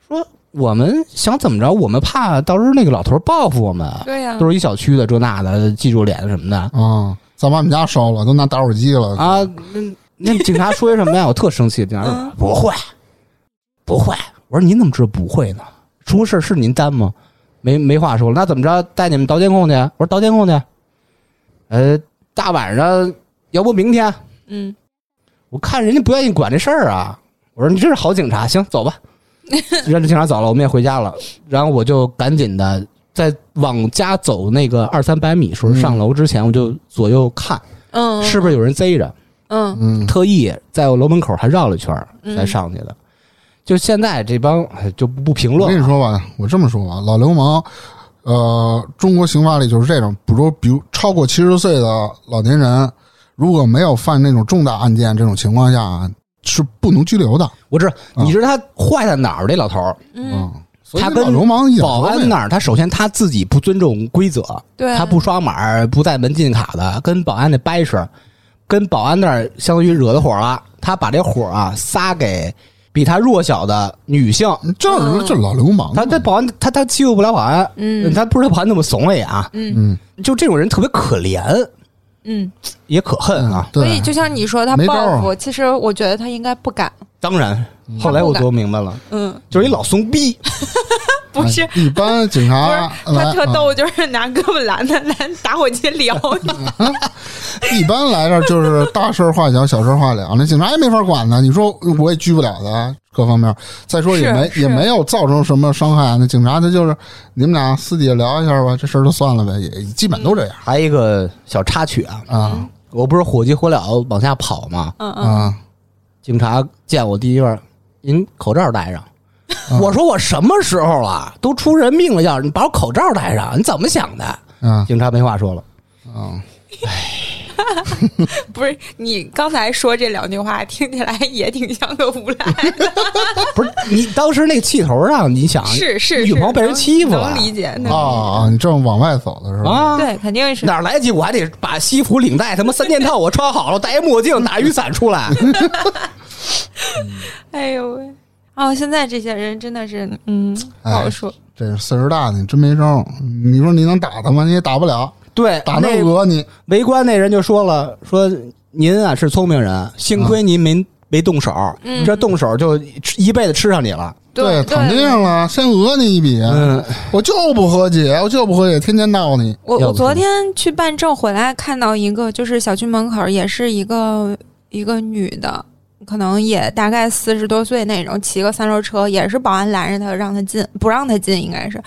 C: 说我们想怎么着？我们怕到时候那个老头报复我们，啊
B: 对呀，
C: 都是一小区的这那的，记住脸什么的
A: 啊，咱把我们家烧了，都拿打火机了
C: 啊。那那警察说一什么呀？我特生气，警察说
B: 嗯
C: 不会，不会。我说您怎么知道不会呢？出事儿是您担吗？没没话说了，那怎么着？带你们倒监控去？我说倒监控去。呃，大晚上，要不明天？
B: 嗯，
C: 我看人家不愿意管这事儿啊。我说你这是好警察，行，走吧。让这警察走了，我们也回家了。然后我就赶紧的在往家走那个二三百米时候，
A: 嗯
C: 上楼之前我就左右看，
B: 嗯，
C: 是不是有人贼着。
B: 嗯，
A: 嗯
C: 特意在我楼门口还绕了一圈儿
B: 嗯
C: 才上去的。就现在这帮哎就不不评
A: 我
C: 论
A: 跟你
C: 了，
A: 说吧，我这么说吧，老流氓，呃，中国刑法里就是这种，比如比如超过七十岁的老年人，如果没有犯那种重大案件这种情况下啊，是不能拘留的。
C: 我知道
A: 啊
C: 你知道他坏在哪儿？这老头儿，
B: 嗯，
A: 嗯，所以
C: 他跟
A: 老流氓一点
C: 保安
A: 呢，
C: 那儿，他首先他自己不尊重规则，
B: 对，
C: 他不刷码，不带门禁卡的，跟保安那掰扯，跟保安那儿相当于惹的火了，他把这火啊撒给比他弱小的女性，
A: 这是这老流氓嘛，
C: 他这保安他他欺负不了保安，
B: 嗯
C: 他不知道保安那么怂了也啊，
B: 嗯
A: 嗯
C: 就这种人特别可怜，
B: 嗯，
C: 也可恨啊。
B: 所以
A: 对，
B: 就像你说他
A: 没招儿
C: 啊
B: 报复，其实我觉得他应该不敢，
C: 当然，后来我琢磨明白了，
B: 嗯，
C: 就是一老怂逼，
B: 不是
C: 啊
A: 哎，一般警察
B: 不是，他
A: 来
B: 特
A: 啊
B: 逗，就是拿胳膊拦他，拦打火机撩你。
A: 一般来这儿就是大事儿化小，小事儿化了，那警察也没法管呢。你说我也拘不了他，各方面。再说也
B: 是
A: 没
B: 是
A: 也没有造成什么伤害，那警察他就是你们俩私底下聊一下吧，这事儿就算了呗，也基本都这样
C: 还有一个小插曲啊，
A: 啊
C: 我不是火急火燎往下跑吗？
B: 嗯嗯，
A: 啊
C: 警察见我第一份，您口罩戴上。
B: 嗯
C: 我说我什么时候啊？都出人命了，要是你把我口罩戴上，你怎么想的？
B: 嗯
A: 啊
C: 警察没话说了，
A: 啊！
B: 不是，你刚才说这两句话听起来也挺像个无赖
C: 哎
B: 的，
C: 不是你当时那个气头上，你想
B: 是是，
C: 女朋友被人
B: 是
C: 欺负了
B: 能理解，能理解
A: 啊啊！你正往外走的时候，
C: 啊？
B: 对，肯定是
C: 哪儿来得及？我还得把西服领带他妈三件套我穿好了，戴一墨镜，打雨伞出 来。
B: 哎呦喂！哦，现在这些人真的是，嗯，不
A: 哎
B: 好说。
A: 这是岁数大的，你真没招。你说你能打他吗？你也打不了，
C: 对，
A: 打
C: 那
A: 那讹你
C: 围观那人就说了，说您啊是聪明人，幸亏您没、没动手，
B: 嗯
C: 这动手就一辈子吃上你了。
B: 对，
A: 躺地上了，先讹你一笔。
C: 嗯，
A: 我就不和解，我就不和解，天天闹你。
B: 我
C: 要
B: 我
C: 不
B: 昨
C: 是
B: 天去办证回来，看到一个就是小区门口也是一个一个女的，可能也大概四十多岁那种，骑个三轮车，也是保安拦着她，让她进，不让她进，应该是。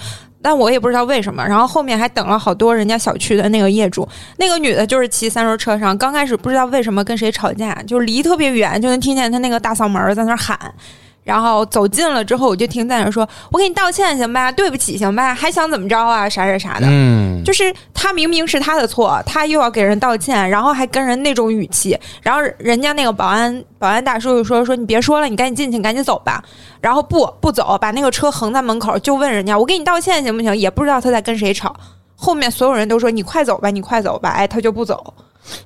B: 但我也不知道为什么，然后后面还等了好多人家小区的那个业主，那个女的就是骑三轮车上，刚开始不知道为什么跟谁吵架，就离特别远就能听见她那个大嗓门儿在那儿喊，然后走近了之后，我就听在那儿说：“我给你道歉行吧，对不起行吧，还想怎么着啊，啥啥啥的。”
C: 嗯，
B: 就是他明明是他的错，他又要给人道歉，然后还跟人那种语气，然后人家那个保安保安大叔就说说你别说了，你赶紧进去，你赶紧走吧。然后不不走，把那个车横在门口，就问人家我给你道歉行不行？也不知道他在跟谁吵。后面所有人都说你快走吧，你快走吧，哎，他就不走。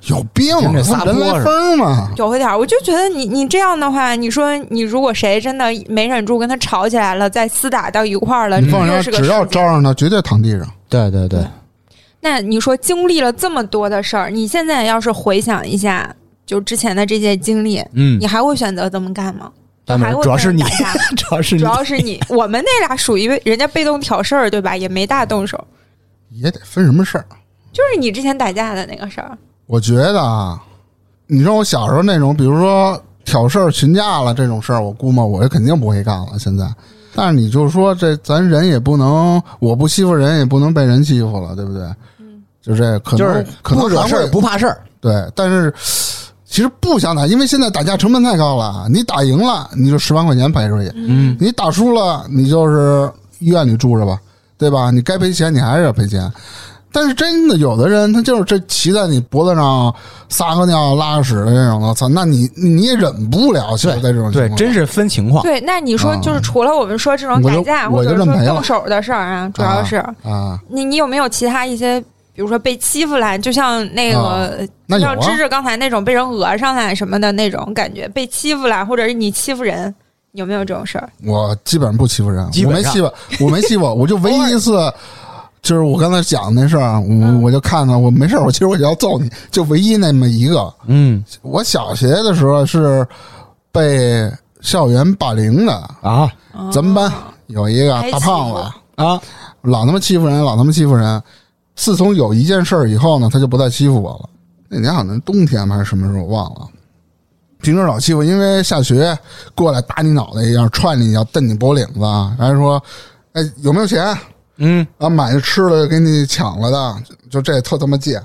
A: 有病啊
C: 跟，这撒
A: 他
C: 泼
A: 人来
C: 似的
A: 疯嘛！
B: 有一点儿，我就觉得你你这样的话，你说你如果谁真的没忍住跟他吵起来了，再厮打到一块儿了，
C: 呃
A: 你放
B: 这
A: 心，
B: 是个
A: 只要
B: 事件
A: 招上他，绝对躺地上。
C: 对对对，
B: 那你说经历了这么多的事儿，你现在要是回想一下，就之前的这些经历，
C: 嗯
B: 你，还会选择这么干吗？
C: 当然
B: 还会
C: 主要是你
B: 跟人 打架
C: 主要是
B: 主
C: 你
B: 要是你，我们那俩属于人家被动挑事儿，对吧？也没大动手，
A: 也得分什么事儿。
B: 就是你之前打架的那个事儿。
A: 我觉得啊，你说我小时候那种，比如说挑事儿、询价了这种事儿，我估摸我肯定不会干了。现在，但是你就说这咱人也不能，我不欺负人，也不能被人欺负了，对不对？就这可能
C: 就是
A: 可能
C: 不惹
A: 还
C: 事儿
A: 会
C: 不怕事儿。
A: 对，但是其实不想打，因为现在打架成本太高了。啊你打赢了，你就十万块钱赔出去；
C: 嗯，
A: 你打输了，你就是医院里住着吧，对吧？你该赔钱，你还是要赔钱。但是真的，有的人他就是这骑在你脖子上撒个尿、拉个屎的这种，我操，那你你也忍不了。其实在这种情
C: 对，
A: 况，
C: 真是分情况。
B: 对，那你说
A: 啊
B: 就是除了我们说这种
A: 我
B: 打
A: 就
B: 架
A: 我
B: 或
A: 就
B: 者
A: 这
B: 说
A: 么没了
B: 动手的事儿啊，主要是
A: 啊，
B: 你你有没有其他一些？比如说被欺负啦，就像那
A: 啊
B: 个呃
A: 那有
B: 像芝
A: 啊，
B: 芝刚才那种被人讹上来什么的那种感觉，被欺负了，或者是你欺负人，有没有这种事儿？
A: 我基本上不欺负人，
C: 基
A: 我
C: 本
A: 没
C: 上
A: 欺负，我没欺负，我就唯一一 次。就是我刚才讲那事儿啊，
C: 嗯
A: 我我就看到我没事儿，我其实我也要揍你，就唯一那么一个。
C: 嗯
A: 我小学的时候是被校园霸凌的，
C: 啊
A: 咱们班有一个大胖
B: 哦挨欺
A: 子，
C: 啊，
A: 老他妈欺负人，老他妈欺负人。自从有一件事儿以后呢，他就不再欺负我了。那年好像冬天吧还是什么时候，我忘了。平时老欺负，因为下学过来打你脑袋一样，踹你一脚，蹬你脖领子，啊还说：“哎，有没有钱？
C: 嗯
A: 啊，买的吃的给你抢了的，就这特他妈贱。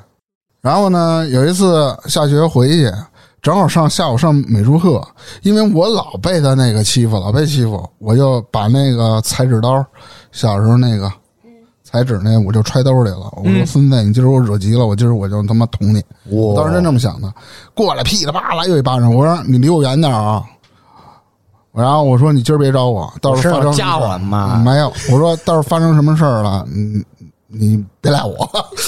A: 然后呢，有一次下学回去，正好上下午上美术课，因为我老被他那个欺负，老被欺负，我就把那个裁纸刀，小时候那个裁纸那，我就揣兜里了。我说
C: 嗯
A: 孙子，你今儿我惹急了，我今儿我就他妈捅你。
C: 我
A: 我当时真这么想的，过来噼里啪啦又一巴掌，我说你离我远点儿啊。然后我说你今儿别招我，到时候发生什
C: 我身上
A: 么
C: 加
A: 事儿嗯
C: 我吗
A: 没有，我说到时候发生什么事儿了，你你别赖我，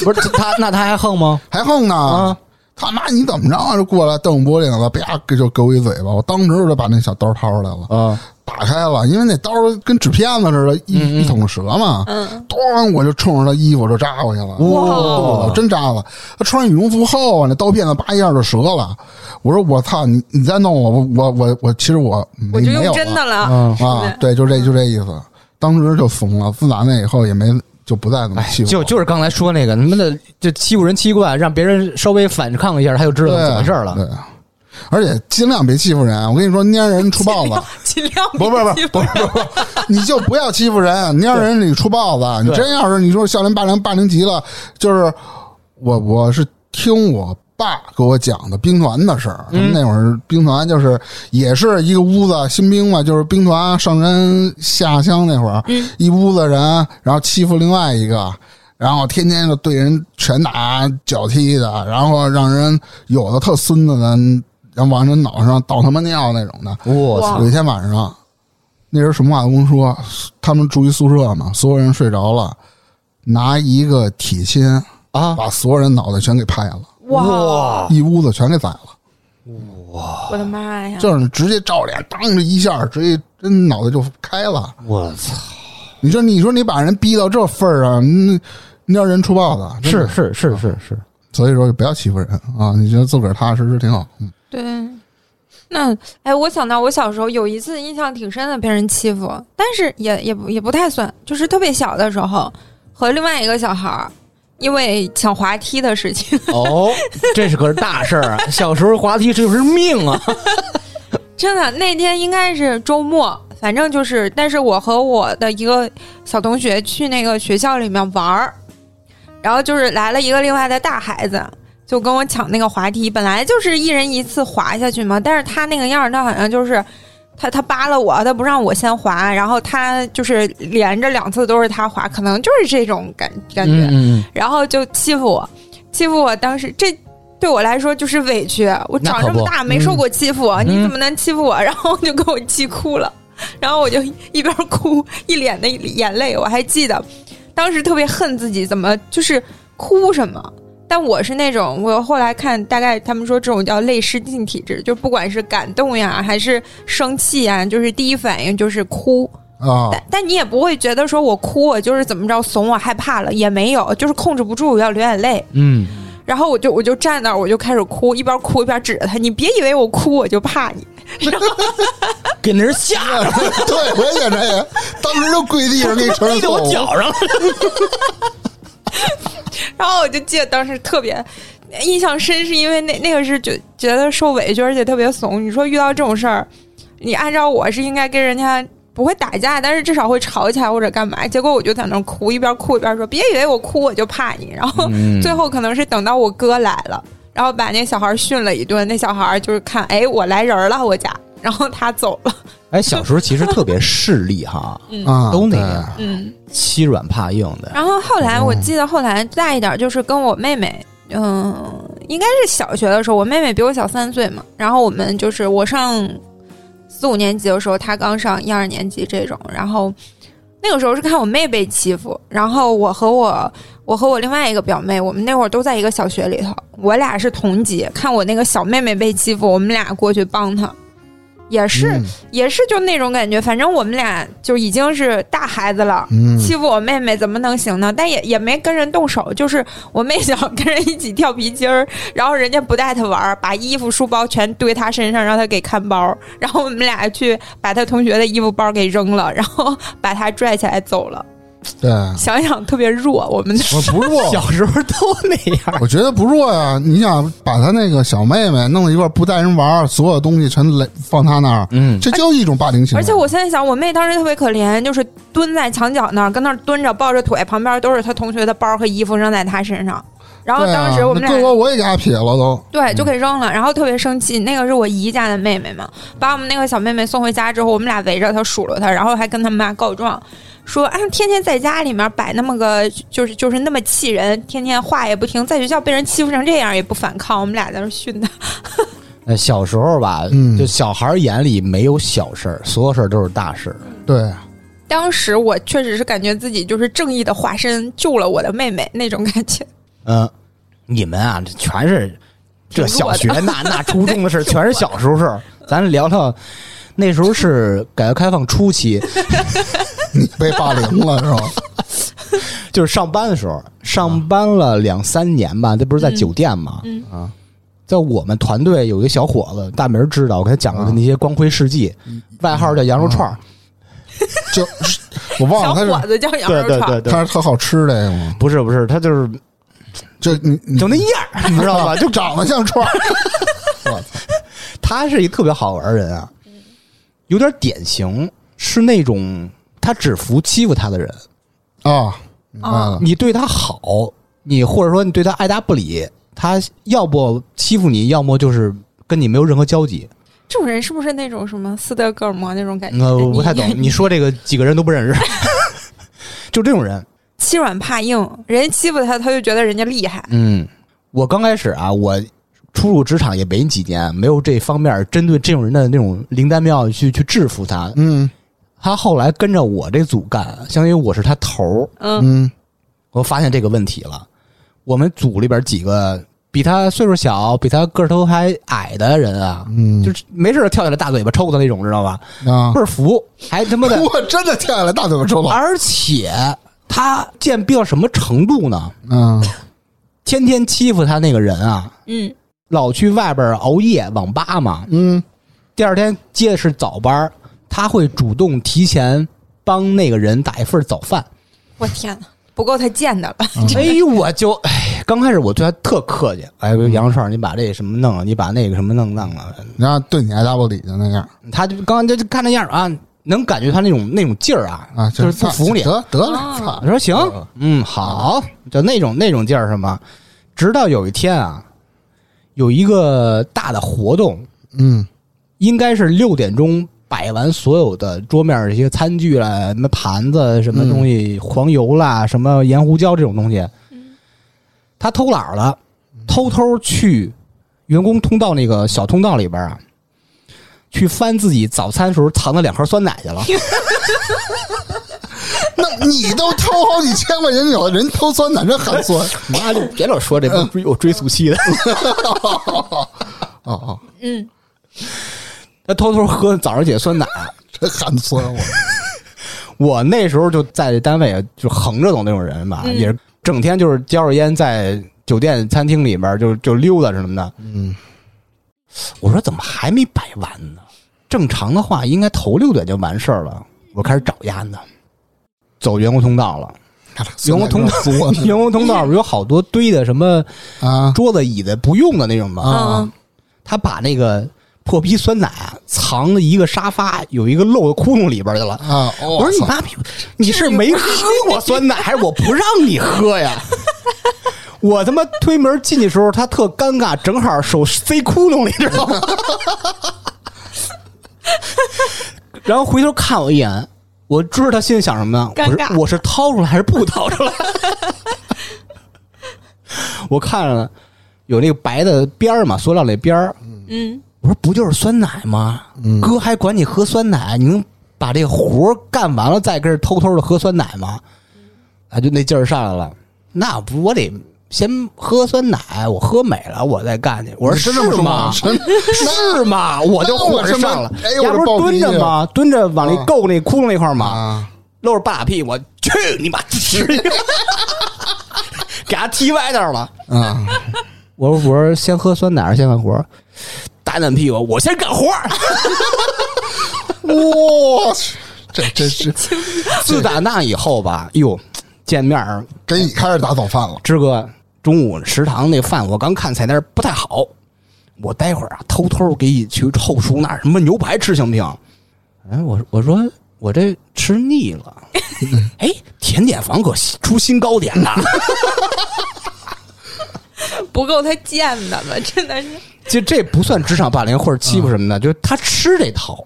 C: 不是他，那他还横吗？
A: 还横呢。
C: 啊
A: 他妈，你怎么着啊？就过来瞪我脖领子，啪，给就给我一嘴巴。我当时就把那小刀掏出来了，
C: 啊，
A: 打开了，因为那刀跟纸片子似的，一
C: 嗯嗯
A: 一捅折嘛，
B: 嗯，
A: 咣、我就冲着他衣服就扎过去了。
B: 哇
A: 我真扎了！他穿羽绒服后啊，那刀片子叭一下就折了。我说我操，你你再弄我，我我我我，其实我
B: 我
A: 没
B: 就
A: 没有
B: 用真的了。
C: 嗯，
A: 啊，对，就这就这意思。当时就怂了，自打那以后也没就不再怎么
C: 哎，
A: 欺负我。
C: 就就是刚才说那个，他妈的就欺负人欺惯，让别人稍微反抗一下，他就知道怎么回事了。
A: 对，而且尽量别欺负人。啊我跟你说，蔫人出豹子，
B: 尽量
A: 不不不不不不，你就不要欺负人，蔫人你出豹子。你
C: 对
A: 真要是你说校园霸凌霸凌极了，就是我我是听我。爸给我讲的兵团的事儿，
C: 嗯
A: 他们那会儿兵团就是也是一个屋子新兵嘛，就是兵团上山下乡那会儿，
C: 嗯
A: 一屋子人，然后欺负另外一个，然后天天就对人拳打脚踢的，然后让人有的特孙子的，然后往人脑上倒他妈尿那种的。
C: 我
B: 哇
C: 操！
A: 有一天晚上，那人什么话都不说，他们住一宿舍嘛，所有人睡着了，拿一个铁锨
C: 啊！
A: 把所有人脑袋全给拍了，
B: 哇！
A: 一屋子全给宰了，
B: 我的妈呀！
A: 就是直接照脸，当着一下，直接真脑袋就开了。
C: 我操！
A: 你说，你说你把人逼到这份儿上，那那人出豹子，真
C: 是
A: 的
C: 是是是是，
A: 所以说不要欺负人啊！你觉得自个儿踏踏实实挺好。嗯
B: 对，那哎，我想到我小时候有一次印象挺深的，被人欺负，但是也也不也不太算，就是特别小的时候和另外一个小孩儿，因为抢滑梯的事情，
C: 哦，这是可是大事 儿啊！小时候滑梯这就是命啊！
B: 真的那天应该是周末，反正就是，但是我和我的一个小同学去那个学校里面玩儿，然后就是来了一个另外的大孩子。就跟我抢那个滑梯，本来就是一人一次滑下去嘛，但是他那个样儿，他好像就是他他扒拉我，他不让我先滑，然后他就是连着两次都是他滑，可能就是这种感感觉。
C: 嗯，
B: 然后就欺负我，欺负我。当时这对我来说就是委屈，我
C: 那
B: 长
C: 可
B: 这么
C: 不嗯
B: 大没受过欺负，你怎么能欺负我？ 然后就给我气哭了，然后我就一边哭 一脸的眼泪。我还记得当时特别恨自己，怎么就是哭什么。但我是那种，我后来看，大概他们说这种叫泪失禁体质，就不管是感动呀，还是生气呀，就是第一反应就是哭。
A: 啊，
B: 但但你也不会觉得说我哭我就是怎么着怂我害怕了也没有，就是控制不住要流眼泪，
C: 嗯
B: 然后我就我就站那儿我就开始哭，一边哭一边指着他，你别以为我哭我就怕你，
C: 嗯，给那人吓着，
A: 对，我也这样，当时就跪地上给你承认
C: 踢到
A: 错
C: 我
A: 误。
C: 脚上了。
B: 然后我就记得当时特别印象深，是因为那那个是觉觉得受委屈而且特别怂，你说遇到这种事儿，你按照我是应该跟人家。不会打架，但是至少会吵起来或者干嘛。结果我就在那儿哭，一边哭一边说：“别以为我哭我就怕你。”然后最后可能是等到我哥来了，然后把那小孩训了一顿。那小孩就是看，哎，我来人了，我家，然后他走了。
C: 哎，小时候其实特别势利哈，
A: 啊，
C: 都那
A: 对
C: 样，
B: 嗯，
C: 欺软怕硬的。
B: 然后后来我记得后来大一点，就是跟我妹妹，嗯、应该是小学的时候，我妹妹比我小三岁嘛。然后我们就是我上四五年级的时候，她刚上一二年级这种。然后那个时候是看我妹被欺负，然后我和我我和我另外一个表妹，我们那会儿都在一个小学里头，我俩是同级。看我那个小妹妹被欺负，我们俩过去帮她，也是、
A: 嗯
B: 也是就那种感觉。反正我们俩就已经是大孩子了，
A: 嗯，
B: 欺负我妹妹怎么能行呢？但也也没跟人动手，就是我妹想跟人一起跳皮筋儿， 然后人家不带她玩儿，把衣服、书包全堆她身上，让她给看包。然后我们俩去把她同学的衣服包给扔了，然后把她拽起来走了。
A: 对，
B: 想想特别弱，我们
A: 我不弱，
C: 小时候都那样，
A: 我觉得不弱呀。你想把他那个小妹妹弄到一块儿不带人玩儿，所有东西全垒放他那儿，
C: 嗯，
A: 这就是一种霸凌行
B: 而
A: 为。
B: 且我现在想，我妹当时特别可怜，就是蹲在墙角那儿，跟那儿蹲着，抱着腿，旁边都是她同学的包和衣服扔在她身上。然后
A: 对啊
B: 当时我们
A: 那
B: 俩
A: 对我我也给他撇了都。
B: 对，
C: 嗯
B: 就给扔了，然后特别生气。那个是我姨家的妹妹嘛，把我们那个小妹妹送回家之后，我们俩围着她数落她，然后还跟她妈告状，说啊，天天在家里面摆那么个，就是就是那么气人，天天话也不听，在学校被人欺负成这样也不反抗，我们俩在那儿训她。
C: 呃，小时候吧，
A: 嗯
C: 就小孩眼里没有小事儿，所有事儿都是大事儿。
A: 对，
B: 当时我确实是感觉自己就是正义的化身，救了我的妹妹那种感 觉。
C: 嗯，你们啊，这全是这
B: 挺弱
C: 小
B: 的
C: 学那那初中的事儿，全是小时候事儿。咱聊聊那时候是改革开放初期，
A: 你被霸凌了是吧？
C: 就是上班的时候，上班了两三年吧，这不是在酒店嘛？
B: 嗯
C: 啊，在我们团队有一个小伙子，大明儿知道，我给他讲过他那些光辉事迹，外号叫羊肉串儿。
A: 就是我忘
B: 小
A: 了他
B: 伙
A: 是
B: 子叫羊肉串儿，
A: 他是特好吃的吗？
C: 不是不是，他就是
A: 就你你
C: 就那样儿，你知 道吧？就
A: 长得像 串儿，我操！
C: 他是一特别好玩的人啊，有点典型，是那种他只服欺负他的人。
B: 哦
A: 啊，明
C: 嗯
A: 白了，
C: 你对他好，你或者说你对他爱答不理，他要不欺负你，要么就是跟你没有任何交集。
B: 这种人是不是那种什么斯德哥尔摩那种感觉？
C: 那呃嗯我不太懂，
B: 你
C: 你说这个几个人都不认识， 就这种人。
B: 欺软怕硬，人家欺负他，他就觉得人家厉害。
C: 嗯，我刚开始啊，我初入职场也没几年，没有这方面针对这种人的那种灵丹妙药去去制服他。
A: 嗯
C: 他后来跟着我这组干，相当于我是他头儿，
B: 嗯
A: 嗯
C: 我发现这个问题了。我们组里边几个比他岁数小、比他个头还矮的人啊，
A: 嗯，
C: 就是没事儿跳起来大嘴巴抽他那种，知道吧？
A: 啊
C: 倍，儿服，还 他妈的
A: 我真的跳下来大嘴巴抽了，
C: 而且他贱逼到什么程度呢？
A: 嗯
C: 天天欺负他那个人啊，
B: 嗯，
C: 老去外边熬夜网吧嘛，
A: 嗯，
C: 第二天接的是早班儿，他会主动提前帮那个人打一份早饭。
B: 我天哪，不够他贱的了。
C: 哎呦，我就哎，刚开始我对他特客气，哎，羊肉串儿，你把这什么弄了，你把那个什么弄弄了，
A: 然后对你爱答不理的那样
C: 他就刚就就看那样儿啊，能感觉他那种那种劲儿啊，
A: 啊，
C: 就是不服你。
A: 得得了，
B: 啊
A: 操
C: 我！说行，嗯，好，就那种那种劲儿是吗？直到有一天啊，有一个大的活动，
A: 嗯
C: 应该是六点钟摆完所有的桌面儿这些餐具啦、什么盘子、什么东西、黄油啦、什么盐胡椒这种东西，他偷懒儿了，偷偷去员工通道那个小通道里边儿啊，去翻自己早餐时候藏的两盒酸奶去了。
A: 那你都偷好几千块钱酒，人偷酸奶真寒酸。
C: 妈就别老说这 不追有追溯期的。
A: 哦哦，
B: 嗯，
C: 他偷偷喝早上起来酸奶。
A: 真寒酸我。
C: 我那时候就在这单位啊就横着走那种人吧，
B: 嗯
C: 也是整天就是叼着烟在酒店餐厅里边就就溜达什么的。
A: 嗯
C: 我说怎么还没摆完呢？正常的话应该头六点就完事儿了。我开始找烟呢，走员工通道了。员工通道
A: 酸奶有点，
C: 员工通道有好多堆的什么
A: 作啊
C: 桌子、椅子不用的那种吧。
A: 啊
B: 嗯，
C: 他把那个破逼酸奶啊藏在一个沙发有一个漏的窟窿里边去了。
A: 啊！我
C: 我说你
A: 操
C: 妈逼，你是没喝过酸奶，还是我不让你喝呀？ 我他妈推门进去的时候，他特尴尬，正好手塞窟窿里，知道吗？ 然后回头看我一眼，我知道他心里想什么呢？
B: 尴尬
C: 我是我是掏出来还是不掏出来？ 我看了有那个白的边儿嘛，塑料那边儿，
B: 嗯，
C: 我说不就是酸奶吗？哥还管你喝酸奶，你能把这活儿干完了再跟这偷偷的喝酸奶吗？他就那劲儿上来了，那不我得先喝酸奶，我喝美了我再干去。我说
A: 你真这么
C: 是
A: 说
C: 吗
A: 吗？？真
C: 是吗？我就火着上了，
A: 哎呦
C: 要
A: 我这
C: 不
A: 暴
C: 是蹲
A: 脾气
C: 着吗？蹲着往那
A: 啊
C: 够那窟窿那块儿吗？
A: 啊！
C: 露着半拉屁，我去你妈！ 给他踢歪那儿了。
A: 啊，
C: 我说我说先喝酸奶还是先干活儿？打脸屁股，我先干活儿。
A: 我去，这真是
C: 自打那以后吧，哟，见面儿，
A: 给你开始打早饭了。
C: 志哥，中午食堂那饭我刚看菜单儿不太好，我待会儿啊偷偷给你去后厨那儿什么牛排吃行不行？哎，我我说我这吃腻了， 哎，甜点房可出新糕点 了。
B: 嗯不够他贱的了， 真的是。
C: 就这不算职场霸凌或者欺负什么的，就是他吃这套。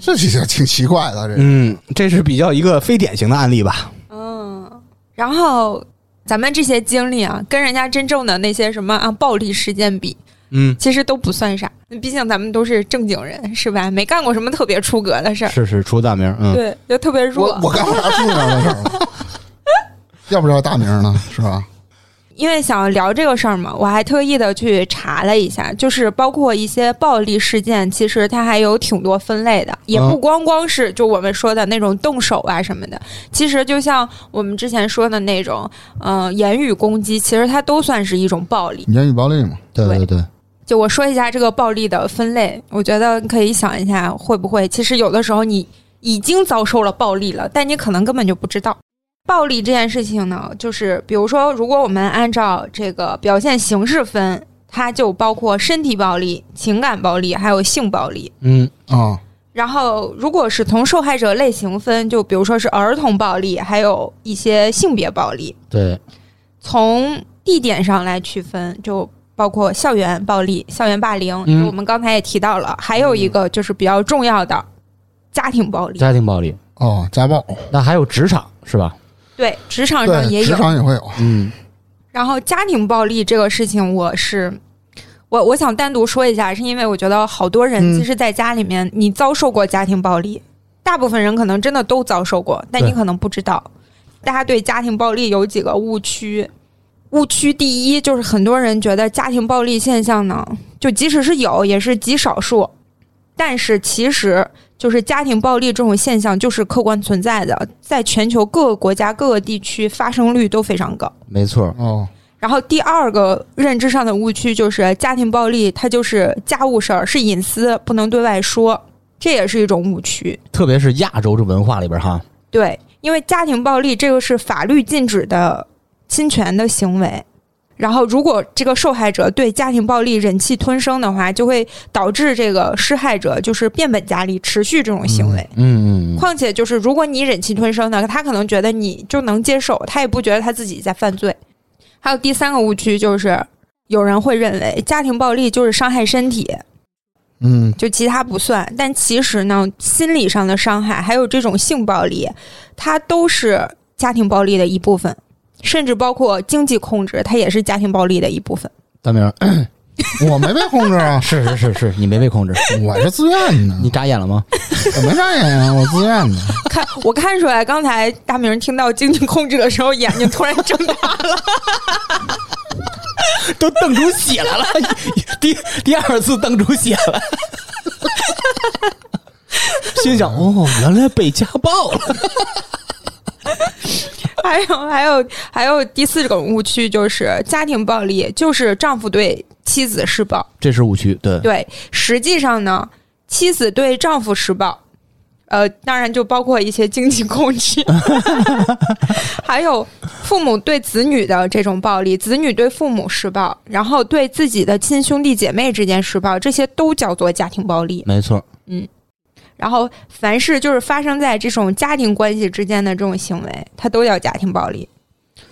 A: 这挺挺奇怪的，这
C: 嗯，这是比较一个非典型的案例吧。
B: 嗯，然后咱们这些经历啊，跟人家真正的那些什么啊暴力事件比，
C: 嗯，
B: 其实都不算啥。毕竟咱们都是正经人，是吧？没干过什么特别出格的事儿，
C: 是是出大名，嗯，
B: 对，就特别弱
A: 我。我干过啥出名的事儿吗？要不知道大名呢，是吧？
B: 因为想聊这个事儿嘛，我还特意的去查了一下，就是包括一些暴力事件，其实它还有挺多分类的，也不光光是就我们说的那种动手啊什么的，其实就像我们之前说的那种，嗯、言语攻击，其实它都算是一种暴力。
A: 言语暴力嘛，啊
C: 对对对，
B: 就我说一下这个暴力的分类，我觉得你可以想一下，会不会其实有的时候你已经遭受了暴力了，但你可能根本就不知道。暴力这件事情呢，就是比如说，如果我们按照这个表现形式分，它就包括身体暴力、情感暴力，还有性暴力。
C: 嗯
A: 啊，
B: 然后，如果是从受害者类型分，就比如说是儿童暴力，还有一些性别暴力。
C: 对，
B: 从地点上来区分，就包括校园暴力、校园霸凌，
C: 嗯
B: 就我们刚才也提到了，还有一个就是比较重要的家庭暴力，
C: 家庭暴力，
A: 哦，家暴，
C: 那还有职场是吧？
B: 对，职场上
A: 对，
B: 也
A: 职
B: 有。
A: 场也会有，
C: 嗯
B: 然后家庭暴力这个事情，我是。我我想单独说一下，是因为我觉得好多人
A: 嗯
B: 其实，在家里面你遭受过家庭暴力，大部分人可能真的都遭受过，但
C: 对
B: 你可能不知道。大家对家庭暴力有几个误区？误区第一就是很多人觉得家庭暴力现象呢，就即使是有，也是极少数。但是其实就是家庭暴力这种现象就是客观存在的，在全球各个国家、各个地区发生率都非常高。
C: 没错，
A: 哦，
B: 然后第二个认知上的误区就是家庭暴力，它就是家务事儿，是隐私，不能对外说，这也是一种误区。
C: 特别是亚洲这文化里边哈，
B: 对，因为家庭暴力这个是法律禁止的侵权的行为。然后，如果这个受害者对家庭暴力忍气吞声的话，就会导致这个施害者就是变本加厉，持续这种行为。
C: 嗯嗯
B: 况且，就是如果你忍气吞声的，他可能觉得你就能接受，他也不觉得他自己在犯罪。还有第三个误区就是，有人会认为家庭暴力就是伤害身体，
A: 嗯，
B: 就其他不算。但其实呢，心理上的伤害还有这种性暴力，它都是家庭暴力的一部分，甚至包括经济控制，它也是家庭暴力的一部分。
C: 大明儿，
A: 我没被控制啊
C: 是是是是，你没被 控制，
A: 我是自愿的，
C: 你眨眼了吗？
A: 我没眨眼啊，我自愿的，
B: 看，我看出来，刚才大明听到经济控制的时候，眼睛突然睁大了。
C: 都瞪出血来了，第第二次瞪出血了，心想哦，原来被家暴了。
B: 还有还有还有第四种误区就是家庭暴力，就是丈夫对妻子施暴。
C: 这是误区，对
B: 对，实际上呢，妻子对丈夫施暴，呃，当然就包括一些经济控制， 还有父母对子女的这种暴力，子女对父母施暴，然后对自己的亲兄弟姐妹之间施暴，这些都叫做家庭暴力。
C: 没错，
B: 然后，凡是就是发生在这种家庭关系之间的这种行为，它都叫家庭暴力。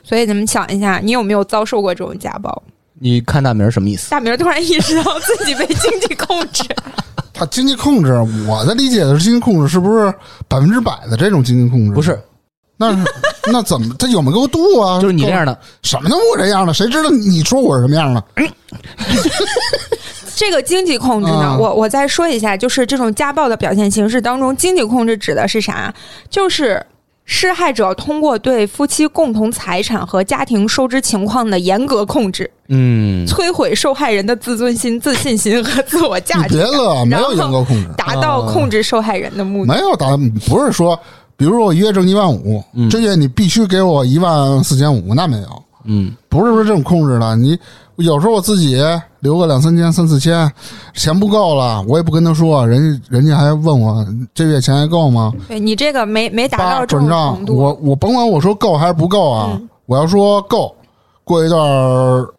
B: 所以，你们想一下，你有没有遭受过这种家暴？
C: 你看大明儿什么意思？
B: 大明儿突然意识到自 己被经济控制，
A: 他经济控制，我的理解的是经济控制是不是百分之百的这种经济控制？
C: 不是，，
A: 那是那怎么他有没有给我度啊？
C: 就是你这样的，
A: 什么叫我这样的？谁知道你说我是什么样的？
B: 这个经济控制呢，
A: 啊
B: 我我再说一下，就是这种家暴的表现形式当中，经济控制指的是啥？就是施害者通过对夫妻共同财产和家庭收支情况的严格控制，
C: 嗯，
B: 摧毁受害人的自尊心、自信心和自我价
A: 你
B: 值
A: 别，乐，没有严格控制，啊
B: 达到控制受害人的目的。
A: 没有达，不是说，比如说我一月挣一万五，这月你必须给我一万四千五，那没有，
C: 嗯，
A: 不是说这种控制的。你有时候我自己留个两三千、三四千，钱不够了，我也不跟他说，人家人家还问我这月钱还够吗？
B: 对你这个没没达
A: 八
B: 到这
A: 转
B: 种
A: 账
B: 程，度，嗯
A: 我我甭管我说够还是不够啊，我要说够，过一段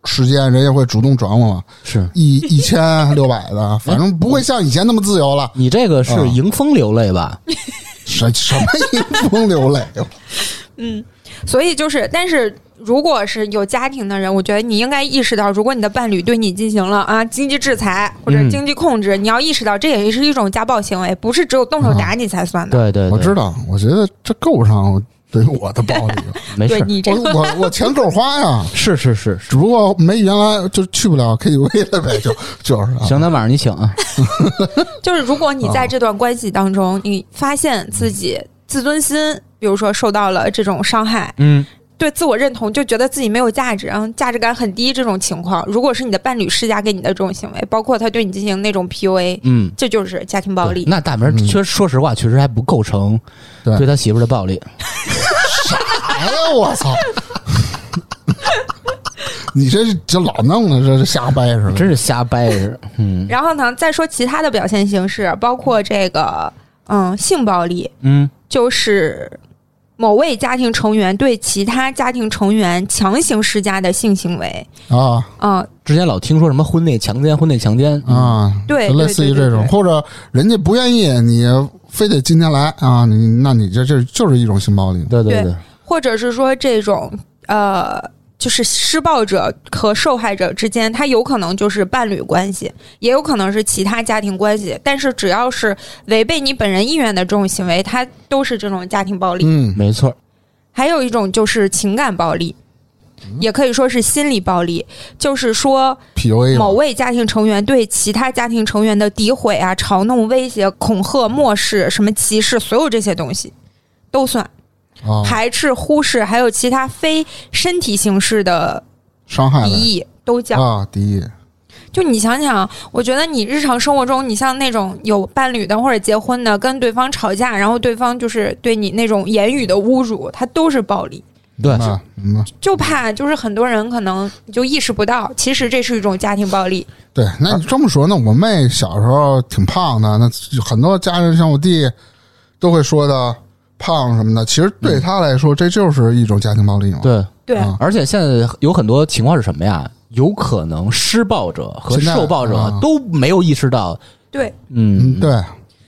A: 时间人家会主动转我嘛，
C: 是
A: 一一千六百的，反正不会像以前那么自由了。
C: 你这个是迎风流泪吧？
A: 什什么迎风流泪？
B: 所以就是，但是如果是有家庭的人，我觉得你应该意识到，如果你的伴侣对你进行了啊经济制裁或者
C: 嗯
B: 经济控制，你要意识到这也是一种家暴行为，不是只有动手打你才算的。
C: 对对，
A: 我
C: 对
A: 知道，我觉得这够不上对我的暴力。
C: 没
B: 对
C: 事，
B: 你这
A: 我
B: 个
A: 我我钱够花呀，
C: 是是是，是
A: 只不过没原来就去不了 KTV 了 呗，就就是啊。
C: 行，那晚上你请啊。
B: 就是，如果你在这段关系当中，你发现自己自尊心，比如说受到了这种伤害，
C: 嗯，
B: 对自我认同，就觉得自己没有价值，然后价值感很低这种情况，如果是你的伴侣施加给你的这种行为，包括他对你进行那种 PUA，
C: 嗯，
B: 这就是家庭暴力。
C: 那大明
A: 嗯
C: 确实说实话，确实还不构成
A: 对
C: 对他媳妇儿的暴力。
A: 哎呀，我操！ 你这这老弄的，这是瞎掰似的。
C: 真是瞎掰着，嗯
B: 然后呢，再说其他的表现形式，包括这个嗯性暴力，
C: 嗯，
B: 就是某位家庭成员对其他家庭成员强行施加的性行为。
A: 啊
B: 嗯、
C: 之前老听说什么婚内强奸，婚内强奸，
A: 啊，
B: 对
A: 就类
B: 对
A: 似于
B: 对对
A: 这种，
B: 对
A: 或者人家不愿意，你非得今天来啊，你那你这这就是一种性暴力。
C: 对对
B: 对
C: 对，
B: 或者是说这种呃，就是施暴者和受害者之间，他有可能就是伴侣关系，也有可能是其他家庭关系，但是只要是违背你本人意愿的这种行为，它都是这种家庭暴力。
A: 嗯，
C: 没错，
B: 还有一种就是情感暴力。也可以说是心理暴力，就是说
A: PUA
B: 某
A: 嘛
B: 位家庭成员对其他家庭成员的诋毁啊、嘲弄、威胁、恐吓、漠视、什么歧视，所有这些东西都算。
A: 啊，
B: 排斥、忽视，还有其他非身体形式的
A: 伤害
B: 敌
A: 了
B: 意都叫。
A: 啊，敌意，
C: 哎
B: 就你想想，我觉得你日常生活中，你像那种有伴侣的或者结婚的，跟对方吵架，然后对方就是对你那种言语的侮辱，它都是暴力。
C: 对，
A: 那嗯，
B: 就怕就是很多人可能你就意识不到，其实这是一种家庭暴力。
A: 对，那你这么说，那我妹小时候挺胖的，那很多家人像我弟都会说的胖什么的，其实对她来说，这就是一种家庭暴力嘛。
C: 嗯对，
B: 对，
A: 啊
C: 而且现在有很多情况是什么呀？有可能施暴者和
A: 现在
C: 受暴者
A: 啊
C: 都没有意识到，
B: 对
C: 嗯
A: 嗯，，对，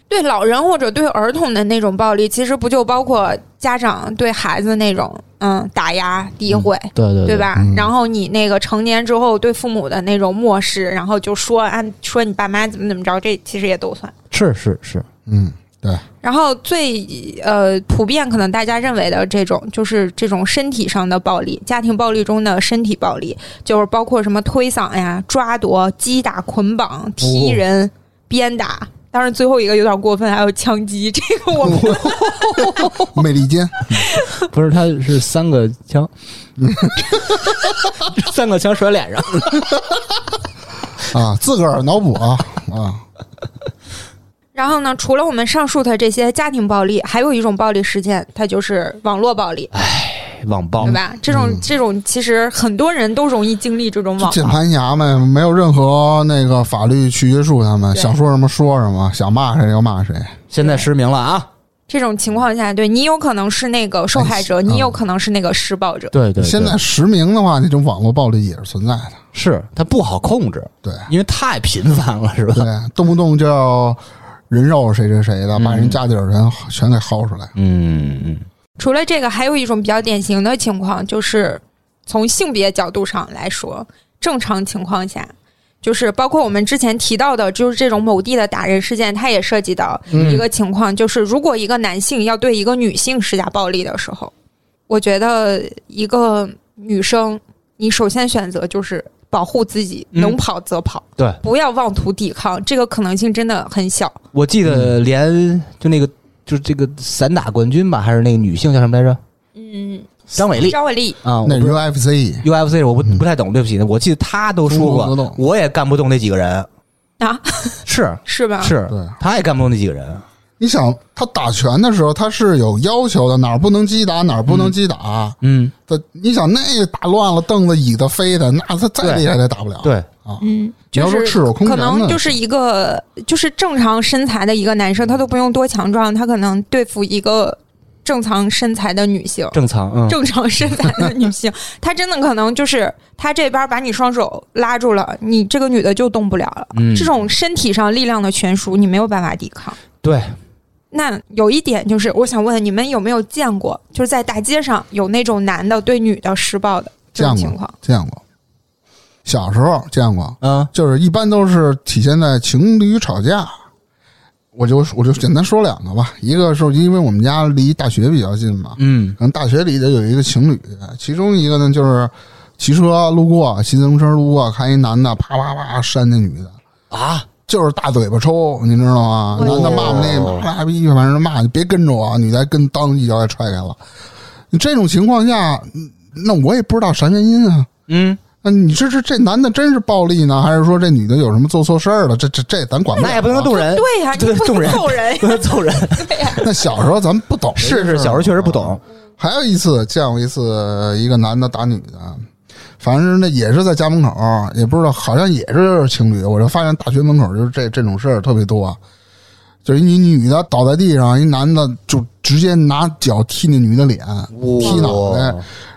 B: 对，老人或者对儿童的那种暴力，其实不就包括家长对孩子那种嗯打压、诋毁，
C: 对对
B: 对？吧？
A: 嗯
B: 然后你那个成年之后对父母的那种漠视，然后就说啊，说你爸妈怎么怎么着，这其实也都算。
C: 是是是，
A: 嗯，对，
B: 然后最呃普遍可能大家认为的这种就是这种身体上的暴力，家庭暴力中的身体暴力，就是包括什么推搡呀、抓夺、击打、捆绑、踢人、鞭打。当然，最后一个有点过分，还有枪击，这个我们
A: 魅力坚，
C: 不是，他是三个枪，
A: 嗯
C: 三个枪甩脸上，
A: 啊，自个儿脑补啊啊，
B: 然后呢，除了我们上述的这些家庭暴力，还有一种暴力事件，它就是网络暴力，
A: 哎
C: 网暴
B: 对，吧？这种、这种其实很多人都容易经历这种网
A: 键盘侠们没有任何那个法律去约束他们，
B: 对
A: 想说什么说什么，想骂谁就骂谁。
C: 现在失明了啊！
B: 这种情况下，对你有可能是那个受害者，
A: 哎
B: 你有可能是那个施暴者。
C: 对对，
A: 现在实名的话，那种网络暴力也是存在的，
C: 是他不好控制，
A: 对
C: 因为太频繁了，是吧？
A: 对，动不动就要人肉谁谁谁的，把人家里的人全给薅出来。
C: 嗯嗯，
B: 除了这个，还有一种比较典型的情况，就是从性别角度上来说，正常情况下。就是包括我们之前提到的，就是这种某地的打人事件，它也涉及到
C: 嗯
A: 嗯
B: 一个情况，就是如果一个男性要对一个女性施加暴力的时候，我觉得一个女生，你首先选择就是保护自己，
C: 嗯
B: 能跑则跑，
C: 对，
B: 不要妄图抵抗，这个可能性真的很小。
C: 我记得连就那个就是这个散打冠军吧，还是那个女性叫什么来着？
B: 嗯，
C: 张
A: 哎
C: 伟丽
B: 张伟丽，
C: 啊，我
A: 那
C: 不
A: UFC
C: UFC 我不不太懂，对不起，我记得她都说
A: 中国格斗
C: 过，我也干不动那几个人
B: 啊，
C: 是
B: 是吧？
C: 是
A: 对，
C: 她也干不动那几个人，
A: 你想他打拳的时候，他是有要求的，哪儿不能击打，哪儿不能击打。
C: 嗯，
A: 他你想那个打乱了，凳子、椅子飞的，那他再
C: 对
A: 厉害他也打不了。
C: 对，
B: 嗯，
A: 你
B: 就
A: 要说
B: 是
A: 赤手空
B: 可
A: 拳呢
B: 能就是一个就是正常身材的一个男生，他都不用多强壮，他可能对付一个正常身材的女性，
C: 正常，嗯，
B: 正常身材的女性，他真的可能就是他这边把你双手拉住了，你这个女的就动不了了。
C: 嗯
B: 这种身体上力量的悬殊，你没有办法抵抗。
C: 对，
B: 那有一点就是，我想问你们有没有见过，就是在大街上有那种男的对女的施暴的这
A: 见
B: 种情
A: 过
B: 况？
A: 见过，小时候见过，
C: 嗯
A: 就是一般都是体现在情侣吵架。我就我就简单说两个吧，一个是因为我们家离大学比较近嘛，
C: 嗯
A: 可能大学里头有一个情侣，其中一个呢就是骑车路过，骑自行车路过，看一男的啪啪啪扇那女的，
C: 啊，
A: 就是大嘴巴抽，你知道吗？
B: 哎
A: 男
B: 呦
C: 哦
A: 啊的骂我们那个妈逼，反正骂你别跟着我，女的还跟当一脚给踹开了。你这种情况下，嗯那我也不知道啥原因啊。
C: 嗯，
A: 那你这这这男的真是暴力呢，还是说这女的有什么做错事儿了？这这这咱管不了、啊
C: 那也不能动人，
B: 对呀、你
C: 哎对
B: 不
C: 动
B: 能
C: 人
B: 揍 人，
C: 不能揍人。
B: 对呀、
A: 那小时候咱们不懂，
C: 是是，小时候确实不懂。
A: 还有一次见过一次一个男的打女的，反正那也是在家门口，也不知道好像也是情侣。我就发现大学门口就是这这种事儿特别多，就是一女的倒在地上，一男的就直接拿脚踢那女的脸，
C: 嗯
A: 踢脑袋。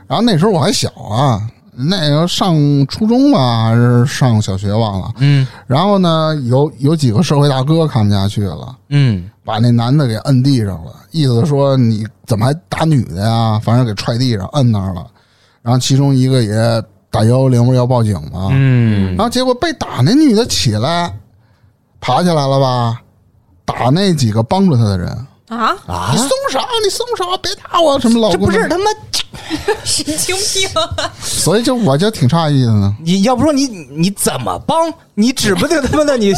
A: 然后那时候我还小啊，那个上初中吧，还是上小学忘了。
C: 嗯
A: 然后呢，有有几个社会大哥看不下去了。
C: 嗯，
A: 把那男的给摁地上了，意思说你怎么还打女的呀？反正给踹地上，摁那儿了。然后其中一个也打幺幺零不是要报警吗？
C: 嗯
A: 然后结果被打那女的起来，爬起来了吧？打那几个帮助他的人，
B: 啊，
C: 啊
A: 你，松手，你松手，别打我！什么老
C: 这不
A: 公
C: 是他妈，
B: 神经病！
A: 所以就我就挺诧异的呢。
C: 你要不说你你怎么帮？你指不定他妈的你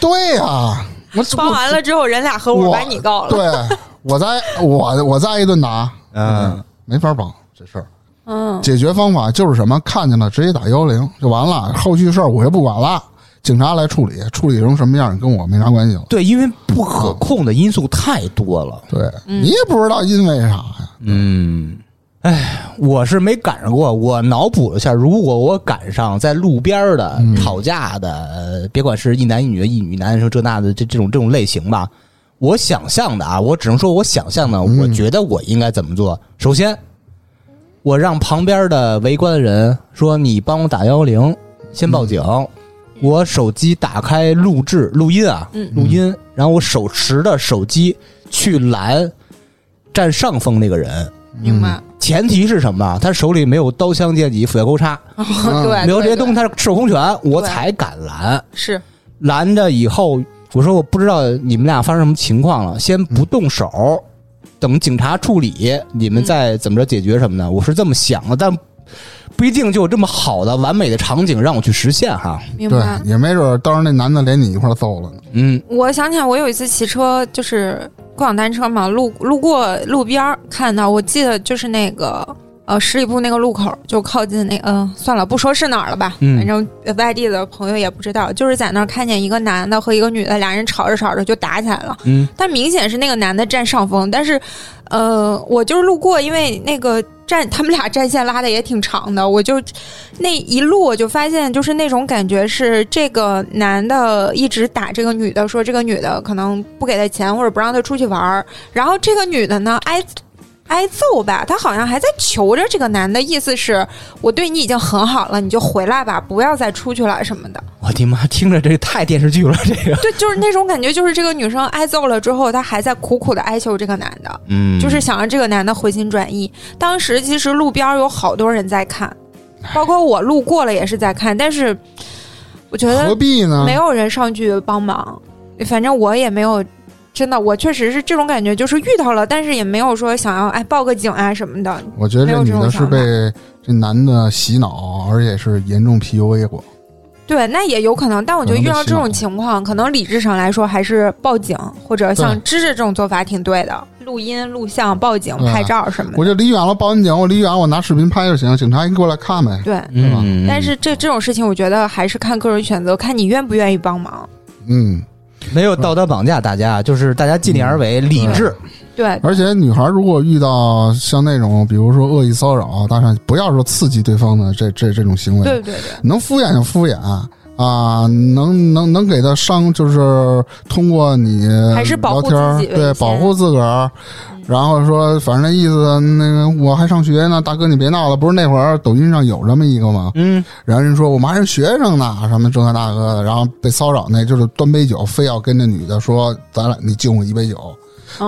A: 对呀、我
B: 帮完了之后，人俩合
A: 我
B: 伙把你告了。
A: 对，我再我我再一顿打，
C: 嗯，
A: 没法帮这事儿。
B: 嗯，
A: 解决方法就是什么？看见了直接打幺零就完了，后续事儿我也不管了，警察来处理，处理成什么样跟我没啥关系了。
C: 对，因为不可控的因素太多了。
A: 对、
B: 嗯
A: 你也不知道因为啥呀？
C: 嗯，哎，我是没赶上过，我脑补了一下，如果我赶上在路边儿的、吵架的，呃别管是一男一女、一女一男说这那的这这种这种类型吧，我想象的啊，我只能说我想象的，我觉得我应该怎么做？首先，我让旁边的围观的人说：“你帮我打幺幺零，先报警。我手机打开录制录音啊，
B: 嗯
C: 录音，然后我手持的手机去拦占上风那个人。
B: 明白。
C: 前提是什么？他手里没有刀枪剑戟斧钺钩叉，
A: 嗯
B: 对，
C: 没有这些
B: 哎对
C: 东西，他是手空拳，我
B: 对
C: 才敢拦。
B: 是
C: 拦着以后，我说我不知道你们俩发生什么情况了，先不动手，
B: 嗯
C: 等警察处理，你们再怎么着解决什么的。我是这么想的，但不一定就有这么好的完美的场景让我去实现哈。
B: 明
A: 对
B: 白，。
A: 也没准儿到时候那男的连你一块儿揍了呢。
C: 嗯
B: 我想起来，我有一次骑车，就是共享单车嘛，路路过路边儿看到，我记得就是那个呃十里铺那个路口，就靠近那嗯、算了，不说是哪儿了吧，
C: 嗯
B: 反正呃外地的朋友也不知道，就是在那儿看见一个男的和一个女的，俩人吵着吵着就打起来了。
C: 嗯
B: 但明显是那个男的占上风，但是，呃，我就是路过，因为那个站他们俩战线拉的也挺长的，我就那一路我就发现，就是那种感觉是这个男的一直打这个女的，说这个女的可能不给他钱或者不让他出去玩儿，然后这个女的呢挨。挨揍吧，她好像还在求着这个男的，意思是我对你已经很好了，你就回来吧，不要再出去了什么的。
C: 我的妈，听着这太电视剧了，这个。
B: 对，就是那种感觉，就是这个女生挨揍了之后，她还在苦苦的哀求这个男的，
C: 嗯
B: 就是想让这个男的回心转意。当时其实路边有好多人在看，
A: 哎
B: 包括我路过了也是在看，但是我觉
A: 何
B: 得
A: 必呢？
B: 没有人上去帮忙，反正我也没有。真的，我确实是这种感觉，就是遇到了，但是也没有说想要哎报个警啊什么的。
A: 我觉得这女的是
B: 没有
A: 被这男的洗脑，而且是严重 PUA 过。
B: 对，那也有可能，但我觉得
A: 可能
B: 遇
A: 被
B: 到这
A: 洗脑
B: 种情况，可能理智上来说还是报警或者像芝芝这种做法挺对的，嗯录音、录像、报警、
A: 对
B: 拍照什么的
A: 我。就离远了报完警，我离远我拿视频拍就行，警察你过来看呗。
B: 对，
A: 对吧
C: 嗯
B: 但是这这种事情，我觉得还是看个人选择，看你愿不愿意帮忙。
A: 嗯，
C: 没有道德绑架大家，就是大家尽力
B: 嗯
C: 而为，理智。
B: 对，
A: 而且女孩如果遇到像那种，比如说恶意骚扰，当然不要说刺激对方的这这这种行为，
B: 对对对，
A: 能敷衍就敷衍啊，能能能给他伤，就是通过你
B: 还是保
A: 嗯聊
B: 护自
A: 天
B: 己
A: 儿，
B: 为
A: 对，
B: 先
A: 保护自个儿
B: 嗯。
A: 然后说，反正那意思，那个我还上学呢，大哥你别闹了，不是那会儿抖音上有这么一个吗？
C: 嗯，
A: 然后人说我们还是学生呢，什么这个那个的，然后被骚扰那就是端杯酒，非要跟这女的说咱俩你敬我一杯酒，
B: 嗯